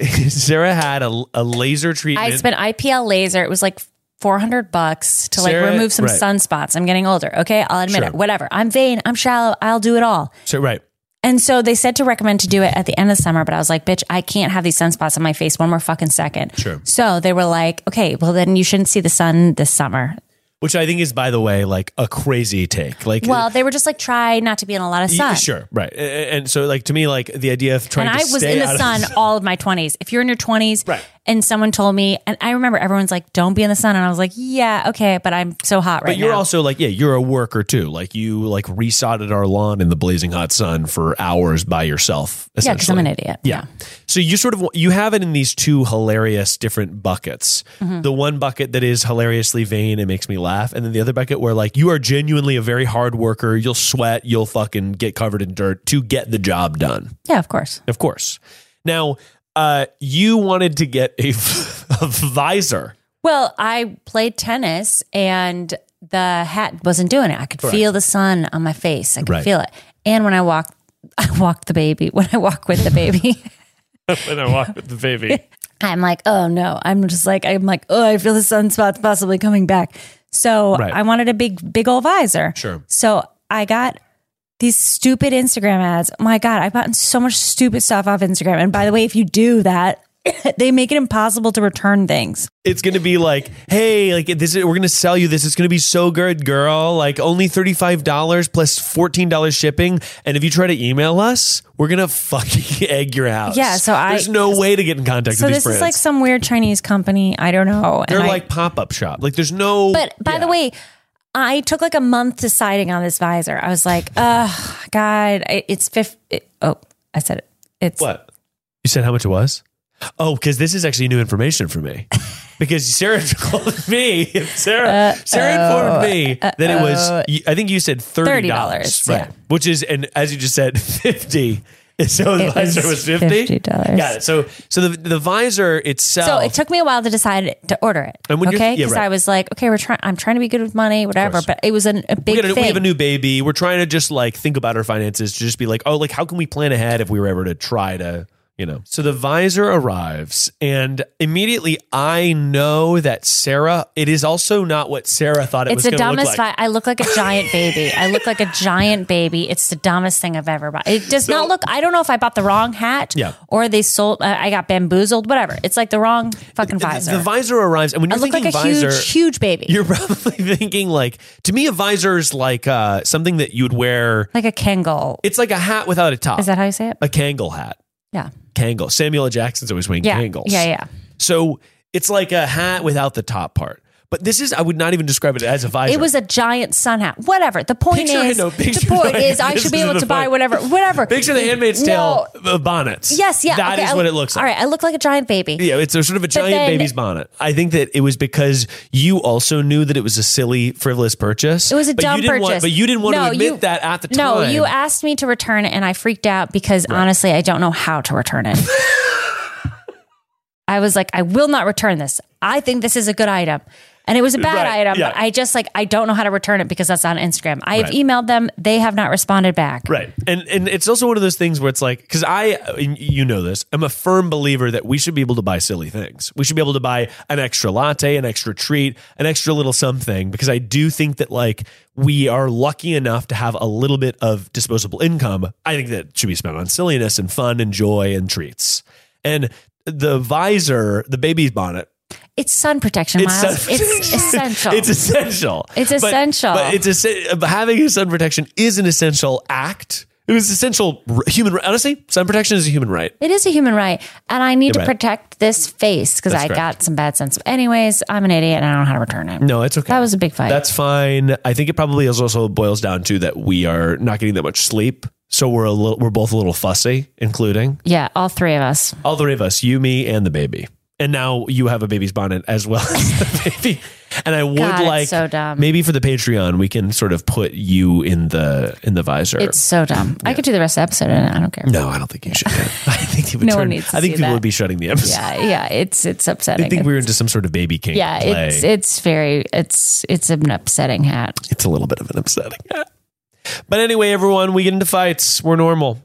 S2: *laughs* Sarah had a, a laser treatment.
S3: I spent IPL laser. It was like 400 bucks to like
S2: Sarah-
S3: remove some
S2: right.
S3: sunspots. I'm getting older. Okay. I'll admit
S2: Sure.
S3: it. Whatever. I'm vain. I'm shallow. I'll do it all.
S2: so right.
S3: And so they said to recommend to do it at the end of summer, but I was like, bitch, I can't have these sunspots on my face one more fucking second.
S2: Sure.
S3: So they were like, okay, well, then you shouldn't see the sun this summer.
S2: Which I think is by the way like a crazy take. Like
S3: Well, they were just like, try not to be in a lot of
S2: y-
S3: sun.
S2: sure, right. A- a- And so like to me like the idea of trying
S3: And I
S2: to
S3: was
S2: stay
S3: in the
S2: out *laughs*
S3: sun
S2: of,
S3: all of my 20s. If you're in your 20s
S2: Right.
S3: and someone told me, and I remember everyone's like, don't be in the sun. And I was like, yeah, okay, but I'm so hot right
S2: But you're
S3: now.
S2: also like, yeah, you're a worker too. Like you like resodded our lawn in the blazing hot sun for hours by yourself.
S3: yeah, because I'm
S2: essentially.
S3: an idiot.
S2: Yeah. So you sort of you have it in these two hilarious different buckets.
S3: Mm-hmm.
S2: The one bucket that is hilariously vain and makes me laugh, and then the other bucket where like you are genuinely a very hard worker. You'll sweat. You'll fucking get covered in dirt to get the job done.
S3: Yeah, of course.
S2: Of course. Now, uh, you wanted to get a, *laughs* a visor.
S3: Well, I played tennis and the hat wasn't doing it. I could feel the sun on my face. I could
S2: Right.
S3: feel it. And when I walked, *laughs* I walked the baby. When I walk with the baby, *laughs*
S2: when I walk with the baby.
S3: I'm like, oh no. I'm just like, I'm like, oh, I feel the sunspots possibly coming back. So
S2: Right.
S3: I wanted a big, big old visor.
S2: Sure.
S3: So I got these stupid Instagram ads. My God, I've gotten so much stupid stuff off Instagram. And by the way, if you do that, *coughs* they make it impossible to return things.
S2: it's gonna be like, hey, like this is we're gonna sell you this. It's gonna be so good, girl. Like only thirty five dollars plus fourteen dollars shipping. And if you try to email us, we're gonna fucking *laughs* egg your house.
S3: Yeah, so I-
S2: there's no way to get in contact
S3: So
S2: with
S3: this
S2: these brands.
S3: is like some weird Chinese company. I don't know. And
S2: They're
S3: I-
S2: like pop up shop. Like there's no.
S3: But by
S2: Yeah.
S3: the way, I took like a month deciding on this visor. I was like, oh God, I- it's fifth. It, oh, I said it. It's
S2: what you said, how much it was? Oh, because this is actually new information for
S3: *laughs*
S2: me. Because Sarah *laughs* told me, Sarah, Sarah informed me that it was. I think you said thirty
S3: $30,
S2: dollars, right?
S3: yeah.
S2: Which is, and as you just said, *laughs* fifty So the
S3: It
S2: visor was
S3: was
S2: fifty.
S3: $50.
S2: Got it. So so the the visor itself.
S3: So it took me a while to decide to order it.
S2: And when you're-
S3: okay,
S2: yeah,
S3: because
S2: right.
S3: I was like, okay, we're trying. I'm trying to be good with money, whatever.
S2: course.
S3: But it was an, a big
S2: we, got a,
S3: thing.
S2: we have a new baby. We're trying to just like think about our finances to just be like, oh, like how can we plan ahead if we were ever to try to, you know. So the visor arrives, and immediately I know that Sarah. It is also not what Sarah thought it was
S3: it's the
S2: going to look
S3: dumbest.
S2: like.
S3: vi- I look like a giant baby. I look like a giant baby. It's the dumbest thing I've ever bought. It does not look. I don't know if I bought the wrong hat.
S2: Yeah.
S3: Or they sold. Uh, I got bamboozled. Whatever. It's like the wrong fucking visor.
S2: The visor arrives, and when
S3: I
S2: you're
S3: look like
S2: thinking
S3: a
S2: visor,
S3: huge, huge baby.
S2: *laughs* you're probably thinking like to me, a visor is like uh, something that you'd wear.
S3: like a Kangol.
S2: It's like a hat without a top.
S3: Is that how you say it?
S2: a Kangol hat?
S3: Yeah.
S2: Kangol. Samuel L. Jackson's always wearing
S3: Yeah.
S2: Kangles.
S3: Yeah. Yeah.
S2: So it's like a hat without the top part. But this is, I would not even describe it as a visor.
S3: It was a giant sun hat. Whatever. The point
S2: Picture-
S3: is,
S2: no,
S3: the
S2: picture-
S3: point
S2: no,
S3: is,
S2: *laughs*
S3: I
S2: this
S3: should be
S2: is
S3: able
S2: the
S3: to buy
S2: point.
S3: whatever. Whatever.
S2: Picture the Handmaid's Tale uh, bonnets.
S3: Yes, yeah.
S2: that is
S3: okay, I-
S2: what it looks like.
S3: All right, I look like a giant baby.
S2: Yeah, it's a sort of a giant
S3: then-
S2: baby's bonnet. I think that it was because you also knew that it was a silly, frivolous purchase.
S3: It was a
S2: but
S3: dumb
S2: you didn't
S3: purchase.
S2: want- but you didn't want
S3: No,
S2: to admit
S3: you-
S2: that at the time.
S3: No, you asked me to return it, and I freaked out because honestly, I don't know how to
S2: *laughs*
S3: return it. I was like, I will not return this. I think this is a good item. And it was a bad
S2: Right,
S3: item,
S2: yeah.
S3: but I just like, I don't know how to return it because that's on Instagram. I have
S2: Right.
S3: emailed them, they have not responded back.
S2: Right. And and it's also one of those things where it's like cuz I and you know this, I'm a firm believer that we should be able to buy silly things. We should be able to buy an extra latte, an extra treat, an extra little something because I do think that like we are lucky enough to have a little bit of disposable income. I think that should be spent on silliness and fun and joy and treats. And the visor, the baby's bonnet,
S3: It's sun protection, Miles. It's, essential.
S2: *laughs* it's essential.
S3: It's
S2: But-
S3: essential.
S2: But, it's essen- but having a sun protection is an essential act. It was essential r- human right. Honestly, sun protection is a human right.
S3: It is a human right, and I need to
S2: You're right.
S3: protect this face because I got some bad sense. Anyways, I'm an idiot, and I don't know how to return it.
S2: No, it's okay.
S3: That was a big fight.
S2: That's fine. I think it probably is also boils down to that we are not getting that much sleep, so we're a little, we're both a little fussy, including
S3: yeah, all three of us.
S2: all three of us, you, me, and the baby. And now you have a baby's bonnet as well *laughs* as the baby. And I would
S3: God, it's
S2: like
S3: so dumb.
S2: maybe for the Patreon we can sort of put you in the in the visor.
S3: It's so dumb. I could do the rest of the episode, and I don't care.
S2: No, *laughs* I don't think you should. I think they would
S3: No
S2: turn,
S3: one needs to
S2: I think
S3: see
S2: people
S3: that.
S2: would be shutting the episode.
S3: Yeah, yeah, it's it's upsetting.
S2: I think we were into some sort of baby king.
S3: yeah,
S2: play.
S3: it's it's very it's it's an upsetting hat.
S2: It's a little bit of an upsetting. but anyway, everyone, we get into fights. We're normal.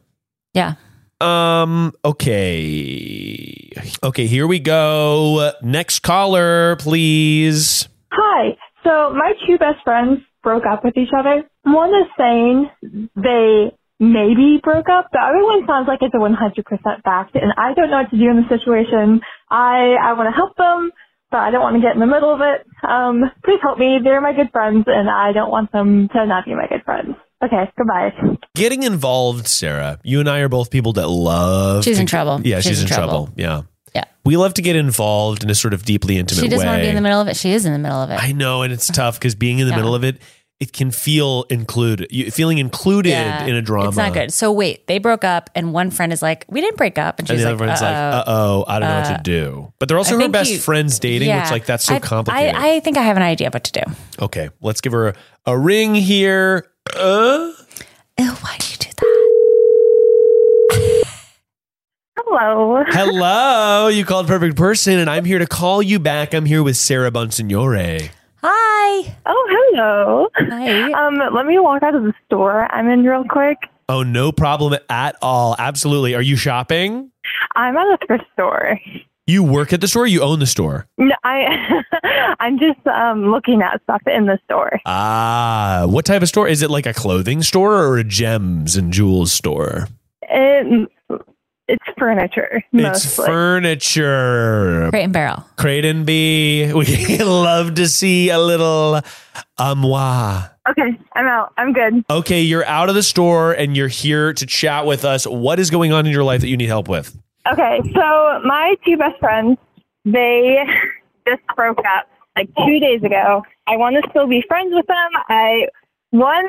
S3: Yeah,
S2: Um. Okay. Okay. Here we go. Next caller, please.
S6: Hi. So my two best friends broke up with each other. One is saying they maybe broke up. The other one sounds like it's a 100% fact, and I don't know what to do in the situation. I I want to help them, but I don't want to get in the middle of it. Um, please help me. They're my good friends, and I don't want them to not be my good friends. Okay. Goodbye.
S2: Getting involved, Sarah. You and I are both people that love.
S3: She's
S2: to-
S3: in trouble.
S2: Yeah, she's, in trouble. Yeah.
S3: Yeah.
S2: We love to get involved in a sort of deeply intimate
S3: she
S2: way.
S3: doesn't want to be in the middle of it. She is in the middle of it.
S2: I know, and it's tough because being in the
S3: Yeah.
S2: middle of it, it can feel included. You, feeling included
S3: Yeah,
S2: in a drama.
S3: It's not good. So wait, they broke up, and one friend is like, "We didn't break up," and
S2: And
S3: she's
S2: the
S3: like,
S2: other one's like,
S3: "Uh-oh."
S2: uh oh, I don't know what to do. But they're also her
S3: think
S2: best
S3: you-
S2: friends dating,
S3: Yeah.
S2: which like that's so
S3: I-
S2: complicated.
S3: I, I think I have an idea what to do.
S2: okay, let's give her a, a ring here. Uh,
S3: Oh, why do you do that?
S6: Hello.
S2: hello, you called perfect person, and I'm here to call you back. I'm here with Sarah Bonsignore.
S3: Hi.
S6: *laughs* Oh, hello.
S3: Hi.
S6: Um, let me walk out of the store. I'm in real quick.
S2: Oh, no problem at all. Absolutely. Are you shopping?
S6: I'm at a thrift store.
S2: You work at the store. You own the store.
S6: No, I *laughs* I'm just um looking at stuff in the store.
S2: Ah, what type of store? Is it like a clothing store or a gems and jewels store?
S6: It, it's furniture
S2: It's
S6: mostly.
S2: furniture.
S3: Crate and Barrel.
S2: Crate and B. *laughs* We love to see a little armoire.
S6: okay, I'm out. I'm good.
S2: Okay, you're out of the store and you're here to chat with us. What is going on in your life that you need help with?
S6: Okay, so my two best friends, they *laughs* just broke up like two days ago. I want to still be friends with them. I one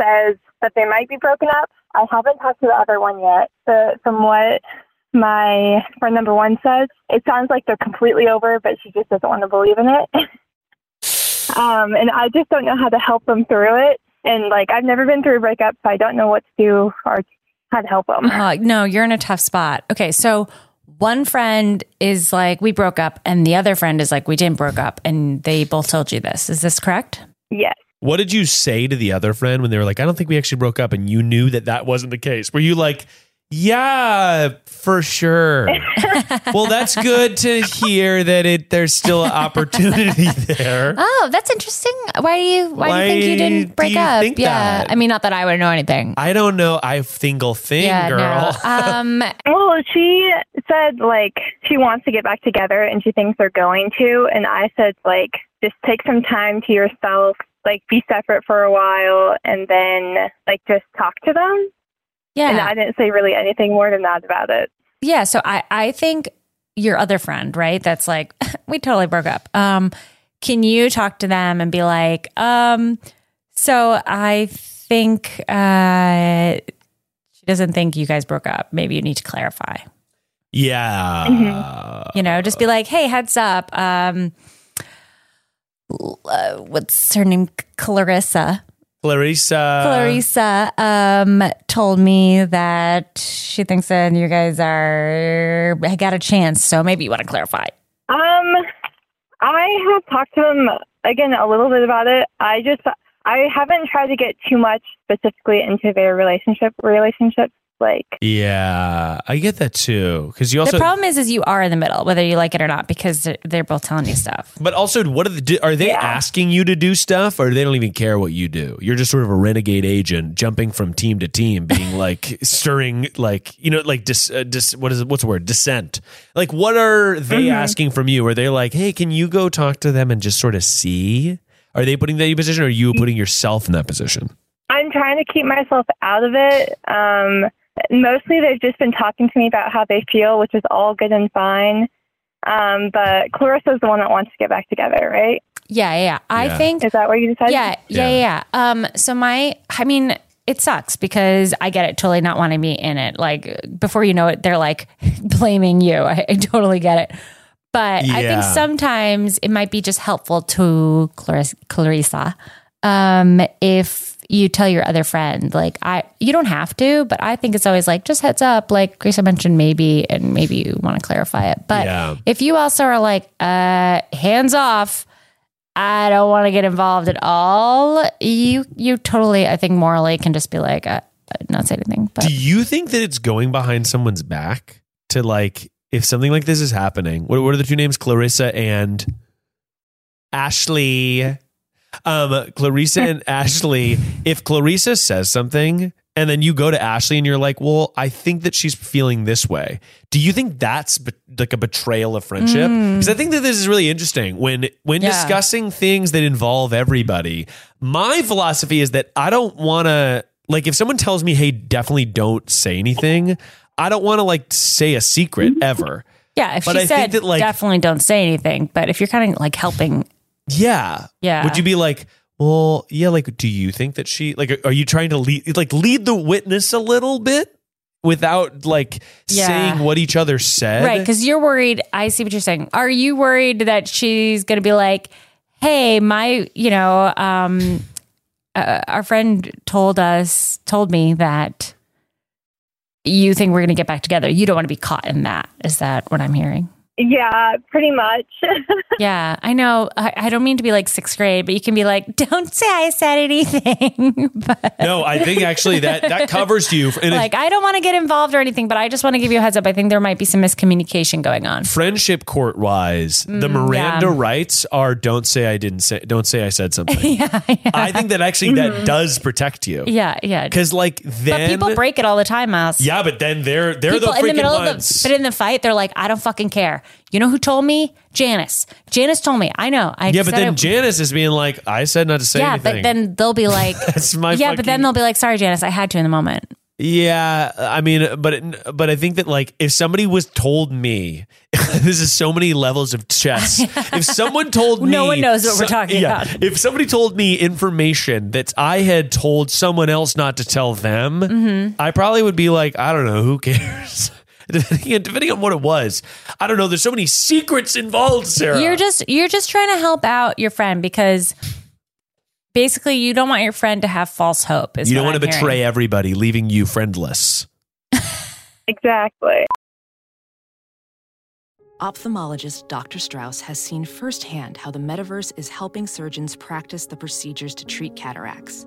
S6: says that they might be broken up. I haven't talked to the other one yet. But from what my friend number one says, it sounds like they're completely over, but she just doesn't want to believe in it. *laughs* Um, and I just don't know how to help them through it. And like I've never been through a breakup, so I don't know what to do or how to help them.
S3: Uh, no, you're in a tough spot. Okay, so one friend is like, we broke up, and the other friend is like, we didn't broke up, and they both told you this. Is this correct?
S6: Yes.
S2: What did you say to the other friend when they were like, I don't think we actually broke up and you knew that that wasn't the case? Were you like, yeah, for
S3: *laughs*
S2: sure. well, that's good to hear that it there's still an
S3: *laughs*
S2: opportunity there.
S3: Oh, that's interesting. Why do you why, do you think you
S2: Why
S3: didn't break
S2: do you
S3: up?
S2: think
S3: yeah,
S2: that?
S3: I mean, not that I would know anything.
S2: I don't know. I single thing,
S3: yeah, no.
S2: girl.
S3: *laughs* Um,
S6: Well, she said like she wants to get back together and she thinks they're going to. And I said like just take some time to yourself, like be separate for a while, and then like just talk to them. And
S3: yeah,
S6: I didn't say really anything more than that about it.
S3: yeah. So I I think your other friend, right? That's like *laughs* we totally broke up. Um, can you talk to them and be like, um, so I think uh, she doesn't think you guys broke up. Maybe you need to clarify.
S2: yeah.
S3: Mm-hmm. you know just be like hey heads up um l- uh, what's her name clarissa
S2: Clarissa.
S3: clarissa um told me that she thinks that you guys are I got a chance so maybe you want to clarify
S6: Um, I have talked to them again a little bit about it. I just I haven't tried to get too much specifically into their relationship relationships. Like
S2: Yeah. I get that too. Because you also.
S3: the problem is is you are in the middle whether you like it or not because they're, they're both telling you stuff
S2: but also, what are the, do- are they asking you to do stuff, or they don't even care what you do? You're just sort of a renegade agent, jumping from team to team, being like stirring, like you know, like dis, uh, dis what is it, what's the word dissent? Like, what are they asking from you? Are they like, hey, can you go talk to them and just sort of see? Are they putting that in a position, or are you putting yourself in that position?
S6: I'm trying to keep myself out of it. Um, mostly they've just been talking to me about how they feel, which is all good and fine. Um, but Clarissa's the one that wants to get back together, right?
S3: yeah yeah, yeah. i
S2: Yeah.
S3: think
S6: Is that what you decided?
S3: yeah, yeah, yeah, yeah. Um, so my, I mean, it sucks because I get it totally not wanting to be in it. Like before you know it, they're like *laughs* blaming you. I, I totally get it. But I
S2: Yeah.
S3: think sometimes it might be just helpful to Claris- Clarissa um, if you tell your other friend, like I, you don't have to, but I think it's always like just heads up, like Clarissa mentioned, maybe, and maybe you want to clarify it. But
S2: Yeah.
S3: if you also are like uh, hands off, I don't want to get involved at all. You you totally, I think morally can just be like, uh, not say anything. But
S2: Do you think that it's going behind someone's back to like if something like this is happening? What, what are the two names, Clarissa and Ashley? Um, Clarissa and Ashley. If Clarissa says something and then you go to Ashley and you're like, "Well, I think that she's feeling this way." Do you think that's be- like a betrayal of friendship? Because I think that this is really interesting when when
S3: Yeah.
S2: discussing things that involve everybody. My philosophy is that I don't want to like if someone tells me, "Hey, definitely don't say anything." I don't want to like say a secret
S3: Mm-hmm.
S2: ever.
S3: yeah, if
S2: But
S3: she
S2: I think
S3: said
S2: that, like-
S3: definitely don't say anything. But if you're kind of like helping,
S2: Yeah.
S3: Yeah.
S2: Would you be like, well, yeah, like, do you think that she, like, are you trying to lead, like, lead the witness a little bit without, like,
S3: Yeah.
S2: saying what each other said?
S3: right? Because you're worried. I see what you're saying. Are you worried that she's gonna be like, hey, my, you know, um, uh, our friend told us, told me that you think we're gonna get back together. You don't want to be caught in that. Is that what
S2: *laughs*
S3: I'm hearing?
S6: Yeah, pretty much. *laughs*
S3: Yeah, I know. I, I don't mean to be like sixth grade, but you can be like, don't say I said anything. *laughs* but
S2: No, I think actually that, that covers you. And
S3: *laughs* like, I don't want to get involved or anything, but I just want to give you a heads up. I think there might be some miscommunication going on.
S2: friendship court wise,
S3: Mm,
S2: the Miranda rights are don't say I didn't say, don't say I said something.
S3: *laughs* yeah, yeah, Mm-hmm.
S2: I think that actually that does protect you.
S3: yeah, yeah.
S2: Because, like,
S3: But
S2: then.
S3: people break it all the time, Miles.
S2: yeah, but then they're, they're
S3: People
S2: the freaking
S3: in the middle
S2: ones.
S3: of the, but in the fight, they're like, I don't fucking care. You know who told me? Janice. Janice told me. I know. I
S2: yeah, but
S3: said
S2: then
S3: it-
S2: Janice is being like, I said not to say
S3: yeah,
S2: anything.
S3: but then they'll be like,
S2: *laughs* That's my
S3: yeah, but
S2: fucking-
S3: then they'll be like, sorry, Janice, I had to in the moment.
S2: Yeah, I mean, but it, but I think that like if somebody was told me, *laughs* this is so many levels of
S3: *laughs*
S2: chess. If someone told me,
S3: No one knows what we're talking about.
S2: If somebody told me information that I had told someone else not to tell them,
S3: Mm-hmm.
S2: I probably would be like, I don't know, who cares. *laughs* Depending, depending on what it was, I don't know. There's so many secrets involved, Sarah.
S3: You're just you're just trying to help out your friend because basically you don't want your friend to have false hope. Is
S2: you don't
S3: what
S2: want to
S3: I'm
S2: betray
S3: hearing.
S2: everybody, leaving you friendless.
S6: Exactly.
S1: Ophthalmologist Dr. Strauss has seen firsthand how the metaverse is helping surgeons practice the procedures to treat cataracts.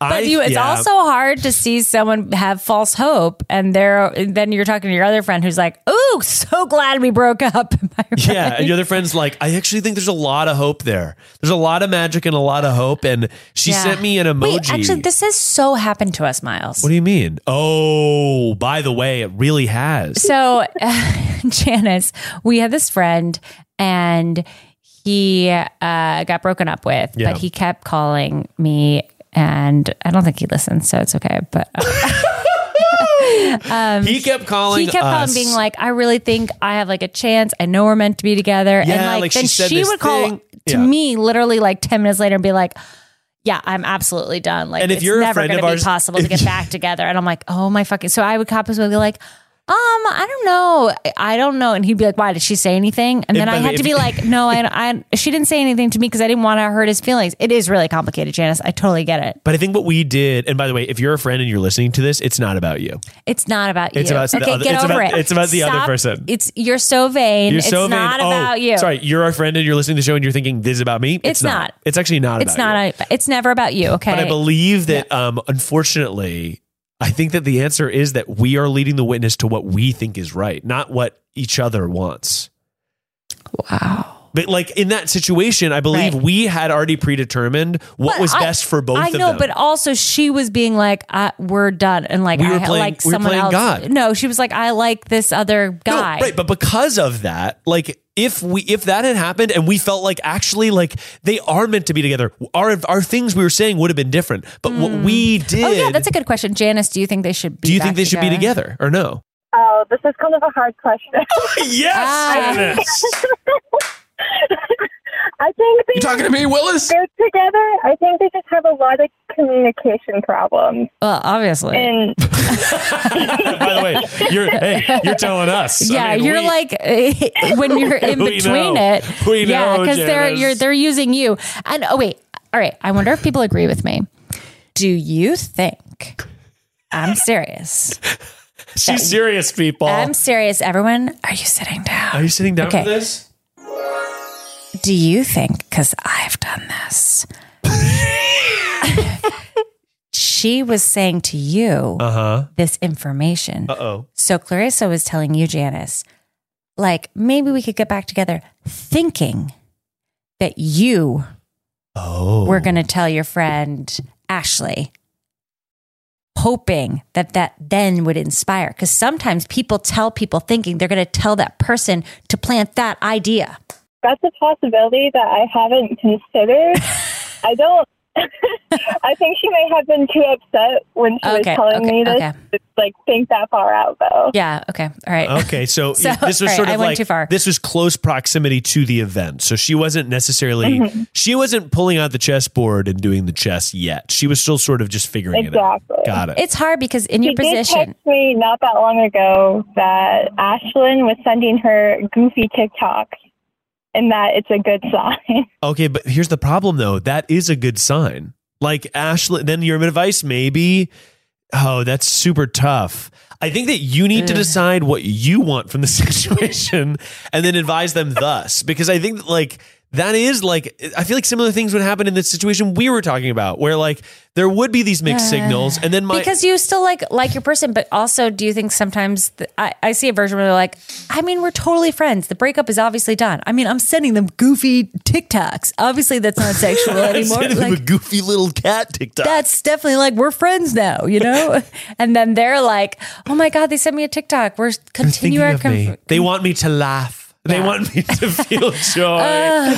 S3: But you, it's also hard to see someone have false hope, and there, then you're talking to your other friend who's like, "Ooh, so glad we broke up." *laughs* Am I right?
S2: Yeah, and your other
S3: *laughs*
S2: friend's like, I actually think there's a lot of hope there. There's a lot of magic and a lot of hope. And she
S3: Yeah.
S2: sent me an emoji.
S3: Wait, actually, this has so happened to us, Miles.
S2: What do you mean? Oh, by the way, it really has.
S3: so *laughs* janice we had this friend and he uh, got broken up with
S2: Yeah.
S3: but he kept calling me and i don't think he listened so it's okay but
S2: he kept calling.
S3: Um, he kept
S2: us.
S3: calling being like i really think i have like a chance i know we're meant to be together and
S2: Yeah,
S3: like,
S2: like, she
S3: then she,
S2: said this
S3: would call
S2: thing.
S3: to
S2: Yeah.
S3: me literally like 10 minutes later and be like yeah, I'm absolutely done. Like,
S2: And if
S3: it's
S2: you're a
S3: never
S2: friend
S3: going
S2: of
S3: to be
S2: ours-
S3: possible to get back together. And I'm like, oh my fucking. So I would cop as well, be like, um, I don't know, I don't know. And he'd be like, why did she say anything? And then
S2: If-
S3: I had
S2: if-
S3: to be like, no, I, I, she didn't say anything to me because I didn't want to hurt his feelings. It is really complicated, Janice. I totally get it.
S2: But I think what we did, and by the way, if you're a friend and you're listening to this, it's not about you.
S3: It's not about you.
S2: It's about the
S3: okay,
S2: other-
S3: get
S2: it's
S3: over
S2: about-
S3: it.
S2: it's about the other
S3: Stop.
S2: person.
S3: It's you're so vain.
S2: You're
S3: it's
S2: so vain.
S3: not
S2: Oh,
S3: about you.
S2: Sorry, you're our friend and you're listening to the show and you're thinking this is about me. It's,
S3: not.
S2: It's actually not.
S3: It's
S2: about
S3: not.
S2: you.
S3: a- it's never about you. Okay.
S2: But I believe that, um, unfortunately, I think that the answer is that we are leading the witness to what we think is right, not what each other wants.
S3: wow.
S2: But like in that situation, I believe
S3: Right.
S2: we had already predetermined what
S3: But
S2: was
S3: I-
S2: best for both
S3: I
S2: of
S3: know,
S2: them.
S3: but also she was being like, uh, "We're done," and like
S2: We were
S3: I
S2: playing-
S3: like
S2: we were
S3: someone
S2: playing
S3: else.
S2: God.
S3: No, she was like, "I like this other
S2: No,
S3: guy."
S2: right, but because of that, like if we if that had happened and we felt like actually like they are meant to be together, our our things we were saying would have been different. But what we did
S3: oh yeah, that's a good question, Janice. Do you think they should? Be
S2: Do you
S3: back
S2: think they should be together or no?
S6: Oh, this is kind of a hard question. *laughs*
S2: yes.
S3: Ah.
S2: Janice!
S6: I think they,
S7: You talking to me, Willis?
S6: they're together. I think they just have a lot of communication problems.
S3: Well, obviously.
S6: And
S2: By the way, you're hey, you're telling us. I
S3: yeah,
S2: mean,
S3: you're
S2: we-
S3: like eh, *laughs* when you're in
S2: *laughs* We
S3: between
S2: know. *laughs*
S3: it.
S2: We
S3: yeah,
S2: know,
S3: they're
S2: Janice.
S3: you're they're using you. And oh wait, all right. I wonder if people agree with me. Do you think?
S2: *laughs*
S3: I'm serious.
S2: she's serious, people.
S3: I'm serious. Everyone, are you sitting down?
S2: are you sitting down
S3: Okay.
S2: for this?
S3: Do you think, because I've done
S2: *laughs*
S3: this, she was saying to you
S2: Uh-huh.
S3: this information.
S2: Uh-oh.
S3: So Clarissa was telling you, Janice, like maybe we could get back together, thinking that you
S2: Oh.
S3: were going to tell your friend Ashley, hoping that that then would inspire. Because sometimes people tell people thinking they're going to tell that person to plant that idea.
S6: that's a possibility that I haven't considered. I don't. *laughs* I think she may have been too upset when she
S3: Okay,
S6: was telling
S3: okay,
S6: me this.
S3: okay.
S6: to, Like, think that far out though.
S3: Yeah. Okay. All right.
S2: Okay,
S3: *laughs*
S2: so,
S3: So,
S2: this was
S3: all right,
S2: sort
S3: I
S2: of
S3: went
S2: like
S3: too far.
S2: this was close proximity to the event. So she wasn't necessarily
S3: Mm-hmm.
S2: she wasn't pulling out the chessboard and doing the chess yet. She was still sort of just figuring
S6: Exactly.
S2: it out. Got it.
S3: It's hard because in your
S6: she did
S3: position,
S6: text me not that long ago that Ashlyn was sending her goofy TikToks, and that it's a good sign.
S2: Okay, but here's the problem though. That is a good sign. Like Ashley, then your advice maybe. Oh, that's super tough. I think that you need
S3: Mm.
S2: to decide what you want from the *laughs* situation and then advise them thus. Because I think that like that is like I feel like similar things would happen in the situation we were talking about, where like there would be these mixed signals, and then my *laughs*
S3: Uh, because you still like like your person, but also do you think sometimes th- I, I see a version where they're like, I mean, we're totally friends. The breakup is obviously done. I mean, I'm sending them goofy TikToks. Obviously, that's
S2: *laughs*
S3: not sexual anymore.
S2: send them
S3: Like,
S2: a goofy little cat TikTok.
S3: that's definitely like we're friends now,
S2: *laughs*
S3: you know. and then they're like, "Oh my god, they sent me a TikTok. We're
S2: They're
S3: continue
S2: thinking
S3: our
S2: of me.
S3: conf-
S2: They want me to laugh. They want me to feel
S3: *laughs*
S2: joy.
S3: Oh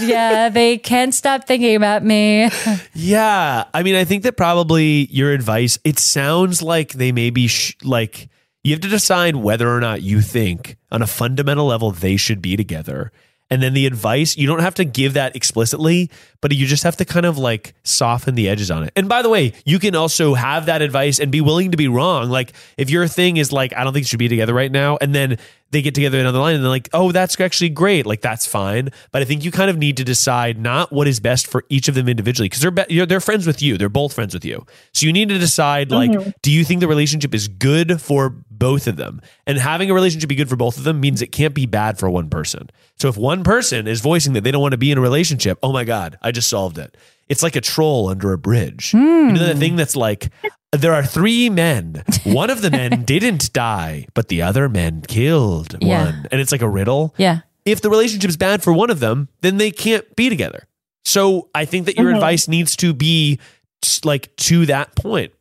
S2: *laughs*
S3: yeah, they can't stop thinking about me.
S2: Yeah, I mean, I think that probably your advice. It sounds like they maybe sh- like you have to decide whether or not you think on a fundamental level they should be together, And then the advice, you don't have to give that explicitly, but you just have to kind of like soften the edges on it. And by the way, you can also have that advice and be willing to be wrong. Like if your thing is like, I don't think you should be together right now, and then they get together another line and they're like, oh, that's actually great. Like that's fine. But I think you kind of need to decide not what is best for each of them individually because they're be- you're- they're friends with you. They're both friends with you. So you need to decide like, do you think the relationship is good for both of them? And having a relationship be good for both of them means it can't be bad for one person. So if one person is voicing that they don't want to be in a relationship, oh my god, I just solved it. It's like a troll under a bridge. You know that thing that's like, there are three
S3: *laughs*
S2: men. One of the men didn't die, but the other men killed
S3: Yeah.
S2: one. And it's like a riddle.
S3: Yeah.
S2: If the relationship's bad for one of them, then they can't be together. So I think that your
S3: Uh-huh.
S2: advice needs to be s- like to that point.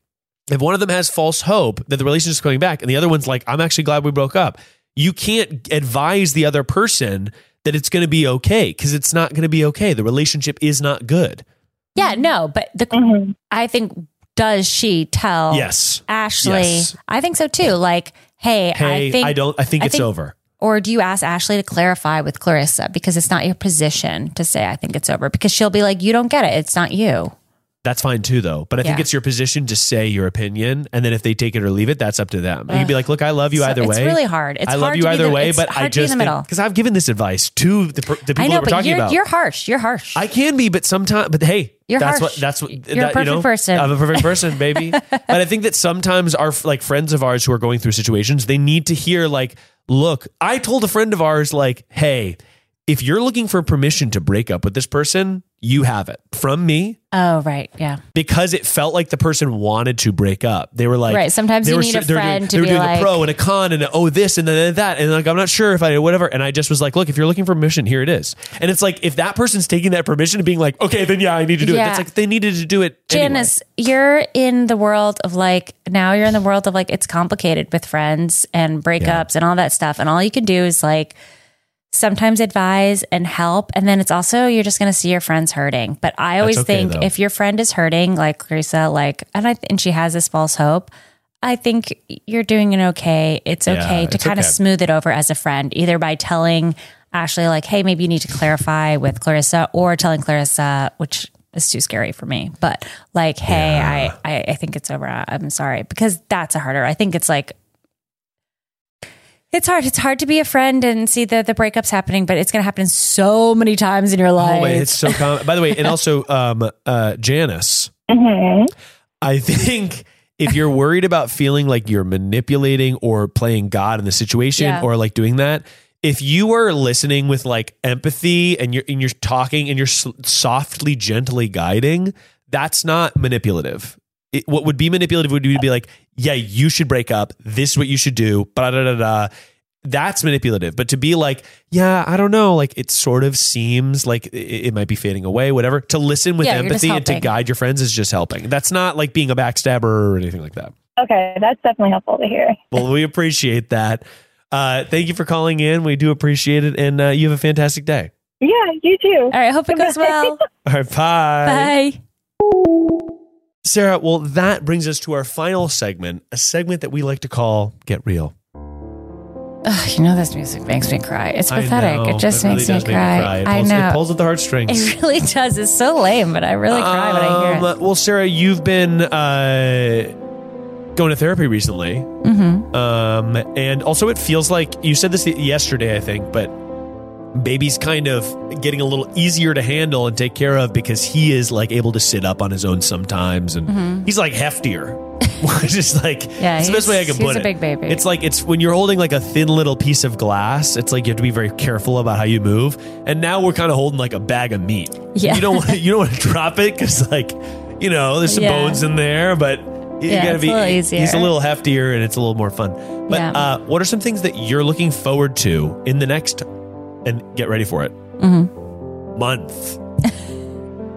S2: If one of them has false hope that the relationship's coming back and the other one's like, I'm actually glad we broke up, you can't advise the other person that it's going to be okay because it's not going to be okay. The relationship is not good.
S3: Yeah, no, but the I think does she tell
S2: Yes.
S3: Ashley?
S2: Yes.
S3: I think so too. Like, hey,
S2: Hey,
S3: I think
S2: I don't, I think
S3: I
S2: it's
S3: think-
S2: over.
S3: Or do you ask Ashley to clarify with Clarissa because it's not your position to say I think it's over because she'll be like, you don't get it. It's not you.
S2: That's fine too, though. But I think
S3: Yeah.
S2: it's your position to say your opinion, and then if they take it or leave it, that's up to them. And you'd be like, "Look, I love you
S3: So
S2: either
S3: it's
S2: way.
S3: really hard. It's
S2: I love
S3: hard
S2: you
S3: to be
S2: either
S3: the-
S2: way,
S3: it's
S2: but I
S3: hard to be in
S2: just
S3: the middle.
S2: because I've given this advice to the, per- the people
S3: I
S2: that
S3: know,
S2: we're
S3: but
S2: talking
S3: you're
S2: about.
S3: you're harsh. You're harsh.
S2: I can be, but sometimes, but hey,
S3: You're
S2: that's
S3: harsh.
S2: what that's what
S3: You're a
S2: that, you
S3: perfect
S2: know,
S3: person.
S2: I'm a perfect person,
S3: *laughs*
S2: baby. but I think that sometimes our like friends of ours who are going through situations, they need to hear like, look, I told a friend of ours like, hey, if you're looking for permission to break up with this person, you have it from me
S3: oh right, yeah.
S2: because it felt like the person wanted to break up. They were like,
S3: Right, sometimes
S2: they
S3: you
S2: were
S3: need
S2: so-
S3: a
S2: they were doing-
S3: friend to
S2: they were
S3: be
S2: doing
S3: like-
S2: a pro and a con and a, oh this and then that and like I'm not sure if I whatever. And I just was like, look, if you're looking for permission, here it is. And it's like if that person's taking that permission and being like, okay, then yeah, I need to do it.
S3: Yeah.
S2: That's like they needed to do it. anyway.
S3: Janice, you're in the world of like now you're in the world of like it's complicated with friends and breakups and all that stuff. And all you can do is like sometimes advise and help. And then it's also you're just gonna see your friends hurting. But I always
S2: okay,
S3: think
S2: though.
S3: if your friend is hurting, like Clarissa, like and I and she has this false hope. I think you're doing an okay. It's
S2: Yeah,
S3: okay to
S2: it's
S3: kind of
S2: okay.
S3: smooth it over as a friend, either by telling Ashley, like, hey, maybe you need to clarify with Clarissa, or telling Clarissa, which is too scary for me, but like, hey, I, I, I think it's over. I'm sorry. Because that's a harder, I think it's like, it's hard. It's hard to be a friend and see the, the breakups happening, but it's going to happen so many times in your life.
S2: Oh, wait, it's so common. By the
S3: *laughs*
S2: way, and also um, uh, Janice,
S6: Mm-hmm.
S2: I think if you're worried about feeling like you're manipulating or playing God in the situation
S3: Yeah.
S2: or like doing that, if you are listening with like empathy and you're and you're talking and you're s- softly, gently guiding, that's not manipulative. It, what would be manipulative would be to be like, yeah, you should break up. This is what you should do. Blah, da da da. That's manipulative. But to be like, yeah, I don't know, like it sort of seems like it, it might be fading away, whatever. To listen with
S3: Yeah, you're just
S2: empathy and to
S3: helping.
S2: guide your friends is just helping. That's not like being a backstabber or anything like that.
S6: Okay, that's definitely helpful to hear.
S2: Well, we appreciate that. Uh, thank you for calling in. We do appreciate it. And uh, you have a fantastic day.
S6: Yeah, you too.
S3: all right. Hope it goes well.
S2: All right. *laughs* Bye.
S3: Bye.
S2: Sarah, well, that brings us to our final segment, a segment that we like to call Get Real.
S3: Ugh, you know, this music makes me cry. It's
S2: I
S3: pathetic.
S2: know,
S3: it just
S2: really
S3: makes
S2: does
S3: me, cry.
S2: It
S3: I
S2: pulls,
S3: know.
S2: It pulls at the heartstrings. *laughs*
S3: It really does. It's so lame, but I really cry when I hear it.
S2: Um, Well, Sarah, you've been uh, going to therapy recently, mm-hmm. um, and also it feels like you said this yesterday, I think, but baby's kind of getting a little easier to handle and take care of because he is like able to sit up on his own sometimes, and he's like heftier. *laughs* Which is like
S3: Mm-hmm. Yeah,
S2: it's the best
S3: he's-
S2: way I can
S3: he's
S2: put
S3: a
S2: it.
S3: big baby.
S2: It's like it's when you're holding like a thin little piece of glass. It's like you have to be very careful about how you move. And now we're kind of holding like a bag of meat.
S3: Yeah.
S2: you don't want to, you don't want to drop it because like you know there's some
S3: Yeah.
S2: bones in there, but you
S3: Yeah,
S2: gotta
S3: it's
S2: be
S3: a little
S2: he's a
S3: easier.
S2: little heftier and it's a little more fun. But
S3: Yeah.
S2: uh, what are some things that you're looking forward to in the next and get ready for it
S3: Mm-hmm.
S2: month?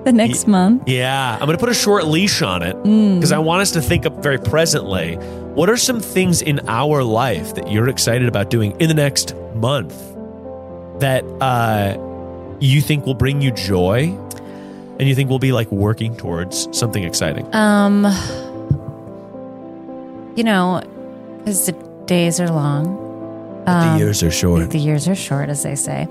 S3: The next month.
S2: Yeah, I'm going to put a short leash on it because I want us to think up very presently. What are some things in our life that you're excited about doing in the next month that uh, you think will bring you joy and you think will be like working towards something exciting?
S3: Um, you know, because the days are long,
S2: Um, the years are short.
S3: the years are short, as they say.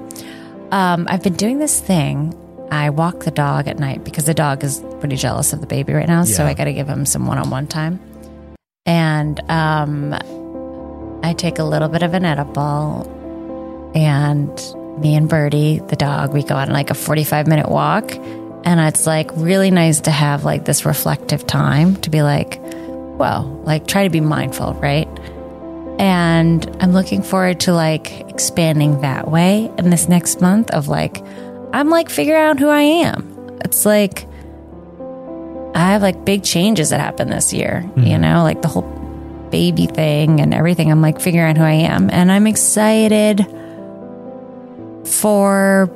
S3: um, I've been doing this thing. I walk the dog at night because the dog is pretty jealous of the baby right now. So
S2: Yeah.
S3: I got to give him some one on one time. And um, I take a little bit of an edible. And me and Birdie, the dog, we go on like a 45 minute walk. And it's like really nice to have like this reflective time to be like, whoa, like try to be mindful, right? And I'm looking forward to like expanding that way in this next month of like, I'm like figuring out who I am. It's like, I have like big changes that happened this year, you know, like the whole baby thing and everything. I'm like figuring out who I am. And I'm excited for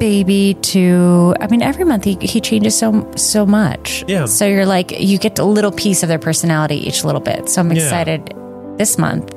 S3: baby to I mean every month he, he changes so so much.
S2: Yeah.
S3: So you're like you get a little piece of their personality each little bit. So I'm
S2: Yeah.
S3: excited this month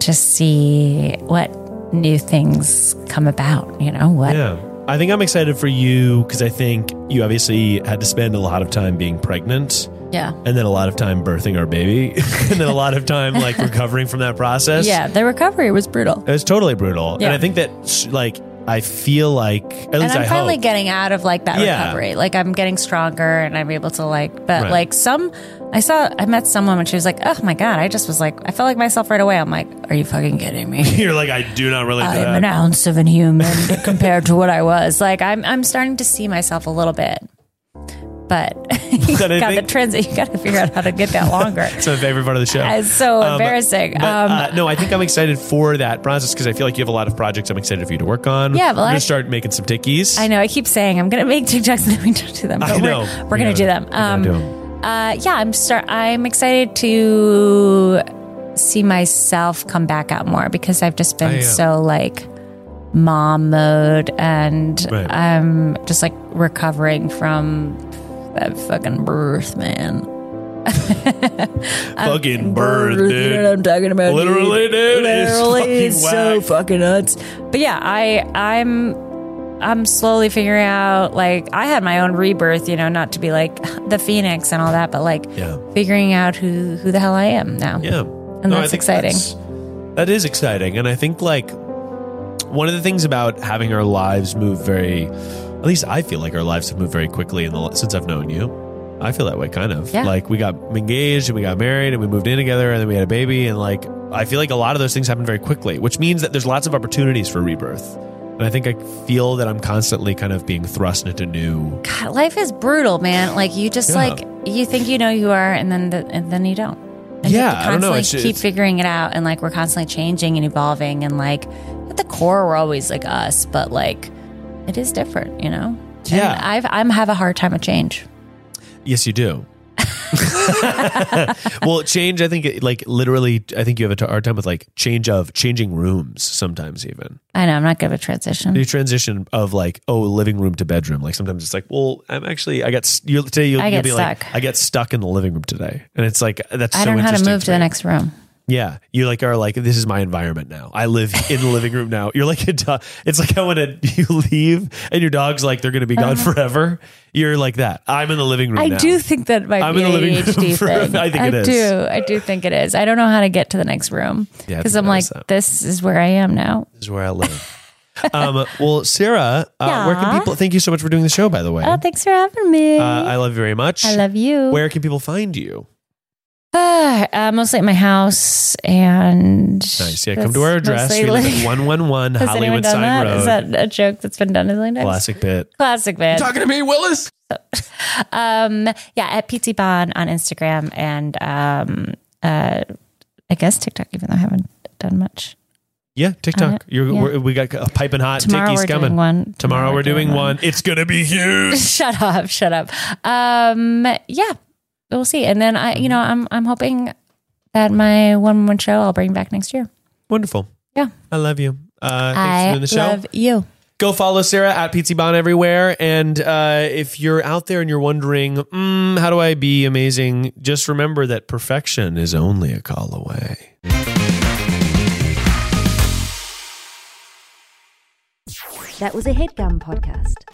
S3: to see what new things come about, you know, what
S2: Yeah. I think I'm excited for you because I think you obviously had to spend a lot of time being pregnant
S3: yeah.
S2: and then a lot of time birthing our baby *laughs* and then a lot of time like recovering from that *laughs* process.
S3: Yeah, the recovery was brutal.
S2: It was totally brutal.
S3: Yeah.
S2: And I think that like I feel like at
S3: And
S2: least
S3: I'm
S2: I
S3: finally
S2: hope. *laughs*
S3: getting out of like that
S2: Yeah.
S3: recovery. Like I'm getting stronger and I'm able to like but
S2: Right.
S3: like some I saw I met someone and she was like, Oh my god, I just was like I felt like myself right away. I'm like, Are you fucking kidding me?
S2: You're like I do not really.
S3: I am an ounce of an human *laughs* compared to what I was. Like I'm, I'm starting to see myself a little bit, but *laughs* you
S2: But I
S3: got
S2: think-
S3: the transit. You got to figure out how to get that
S2: *laughs*
S3: longer. Uh,
S2: It's my favorite part of the show.
S3: It's so embarrassing.
S2: but,
S3: Um,
S2: uh, no, I think I'm excited for that process because I feel like you have a lot of projects I'm excited for you to work on.
S3: Yeah,
S2: I'm
S3: but
S2: gonna
S3: I-
S2: start making some tickies.
S3: I know. I keep saying I'm gonna make TikToks and then we don't do them. But
S2: I
S3: we're-
S2: know.
S3: We're,
S2: We
S3: gonna
S2: gotta-
S3: do them.
S2: we gotta do 'em.
S3: uh, yeah, I'm start. I'm excited to see myself come back out more because I've just
S2: I
S3: been
S2: am.
S3: so like mom mode and
S2: Right.
S3: I'm just like recovering from that fucking birth, man. um,
S2: Fucking birth,
S3: You
S2: dude.
S3: know what *laughs* I'm talking about? dude.
S2: Literally, dude, it's
S3: Literally,
S2: fucking
S3: it's so
S2: whack.
S3: fucking nuts. But yeah, I I'm I'm slowly figuring out like I had my own rebirth, you know, not to be like *laughs* the phoenix and all that, but like
S2: Yeah.
S3: figuring out who who the hell I am now.
S2: Yeah.
S3: And
S2: I
S3: that's
S2: think
S3: exciting.
S2: that's- that is exciting. And I think, like, one of the things about having our lives move very, at least I feel like our lives have moved very quickly in the, since I've known you. I feel that way, kind of.
S3: Yeah.
S2: Like, we got engaged and we got married and we moved in together and then we had a baby. And, like, I feel like a lot of those things happen very quickly, which means that there's lots of opportunities for rebirth. And I think I feel that I'm constantly kind of being thrust into new.
S3: God, life is brutal, man. Like you just
S2: Yeah.
S3: like you think you know who you are, and then the, and then you don't. And you
S2: Yeah,
S3: have to
S2: I don't know.
S3: constantly
S2: It's-
S3: keep
S2: it's-
S3: figuring it out, and like we're constantly changing and evolving, and like at the core we're always like us, but like it is different, you know.
S2: Yeah.
S3: and I've I'm have a hard time with change.
S2: Yes, you do. *laughs* well, change. I think, like literally, I think you have a t- hard time with like change of changing rooms. Sometimes even
S3: I know I'm not good with transition.
S2: the transition of like oh, living room to bedroom. Like sometimes it's like, well, I'm actually I got s- you today. You'll,
S3: I
S2: you'll
S3: get
S2: be like,
S3: stuck.
S2: I got stuck in the living room today, and it's like that's.
S3: I
S2: so
S3: don't know how to
S2: interesting
S3: move to the
S2: me.
S3: next room.
S2: Yeah, you like are like this is my environment now. I live in the living room now. You're like a dog. It's like how when a, *laughs* you leave and your dog's like they're gonna be gone forever. You're like that. I'm in the living room.
S3: Uh-huh. I
S2: now.
S3: do think that might
S2: I'm
S3: be
S2: in the
S3: an
S2: living room
S3: ADHD
S2: for-
S3: thing.
S2: I think it is.
S3: do. I do think it is. I don't know how to get to the next room
S2: Yeah, I
S3: because
S2: think
S3: I'm
S2: that
S3: like,
S2: is that.
S3: this is where I am now.
S2: is where I
S3: *laughs*
S2: live. um, well, Sarah, uh, where can
S3: Yeah.
S2: people? Thank you so much for doing the show, by the way.
S3: Oh, thanks for having me.
S2: uh, I love you very much.
S3: I love you.
S2: Where can people find you?
S3: Uh, *sighs* uh, mostly at my house and
S2: Nice. Yeah, come to our
S3: that's
S2: address.
S3: mostly
S2: We live
S3: like-
S2: at one one one
S3: *laughs* Has
S2: Hollywood
S3: anyone done
S2: Sign
S3: that? Is
S2: Road.
S3: that a joke that's been done a million times?
S2: Classic bit.
S3: Classic bit.
S7: Talking to me, Willis?
S3: *laughs* Um, yeah, at PT Bon on Instagram and um, uh, I guess TikTok, even though I haven't done much.
S2: Yeah, TikTok. You're,
S3: yeah.
S2: we're, we got a piping hot
S3: Tomorrow
S2: tickies
S3: we're doing
S2: coming.
S3: one.
S2: Tomorrow, we're doing one. It's gonna be huge.
S3: *laughs* shut up, shut up. Um, yeah, we'll see. And then I, you know, I'm I'm hoping that my one one show I'll bring back next year.
S2: Wonderful.
S3: Yeah.
S2: I love you. Uh, thanks for
S3: I
S2: doing the show.
S3: love you.
S2: Go follow Sarah at PT Bon everywhere. And uh, if you're out there and you're wondering, mm, how do I be amazing? Just remember that perfection is only a call away.
S8: That was a headgum podcast.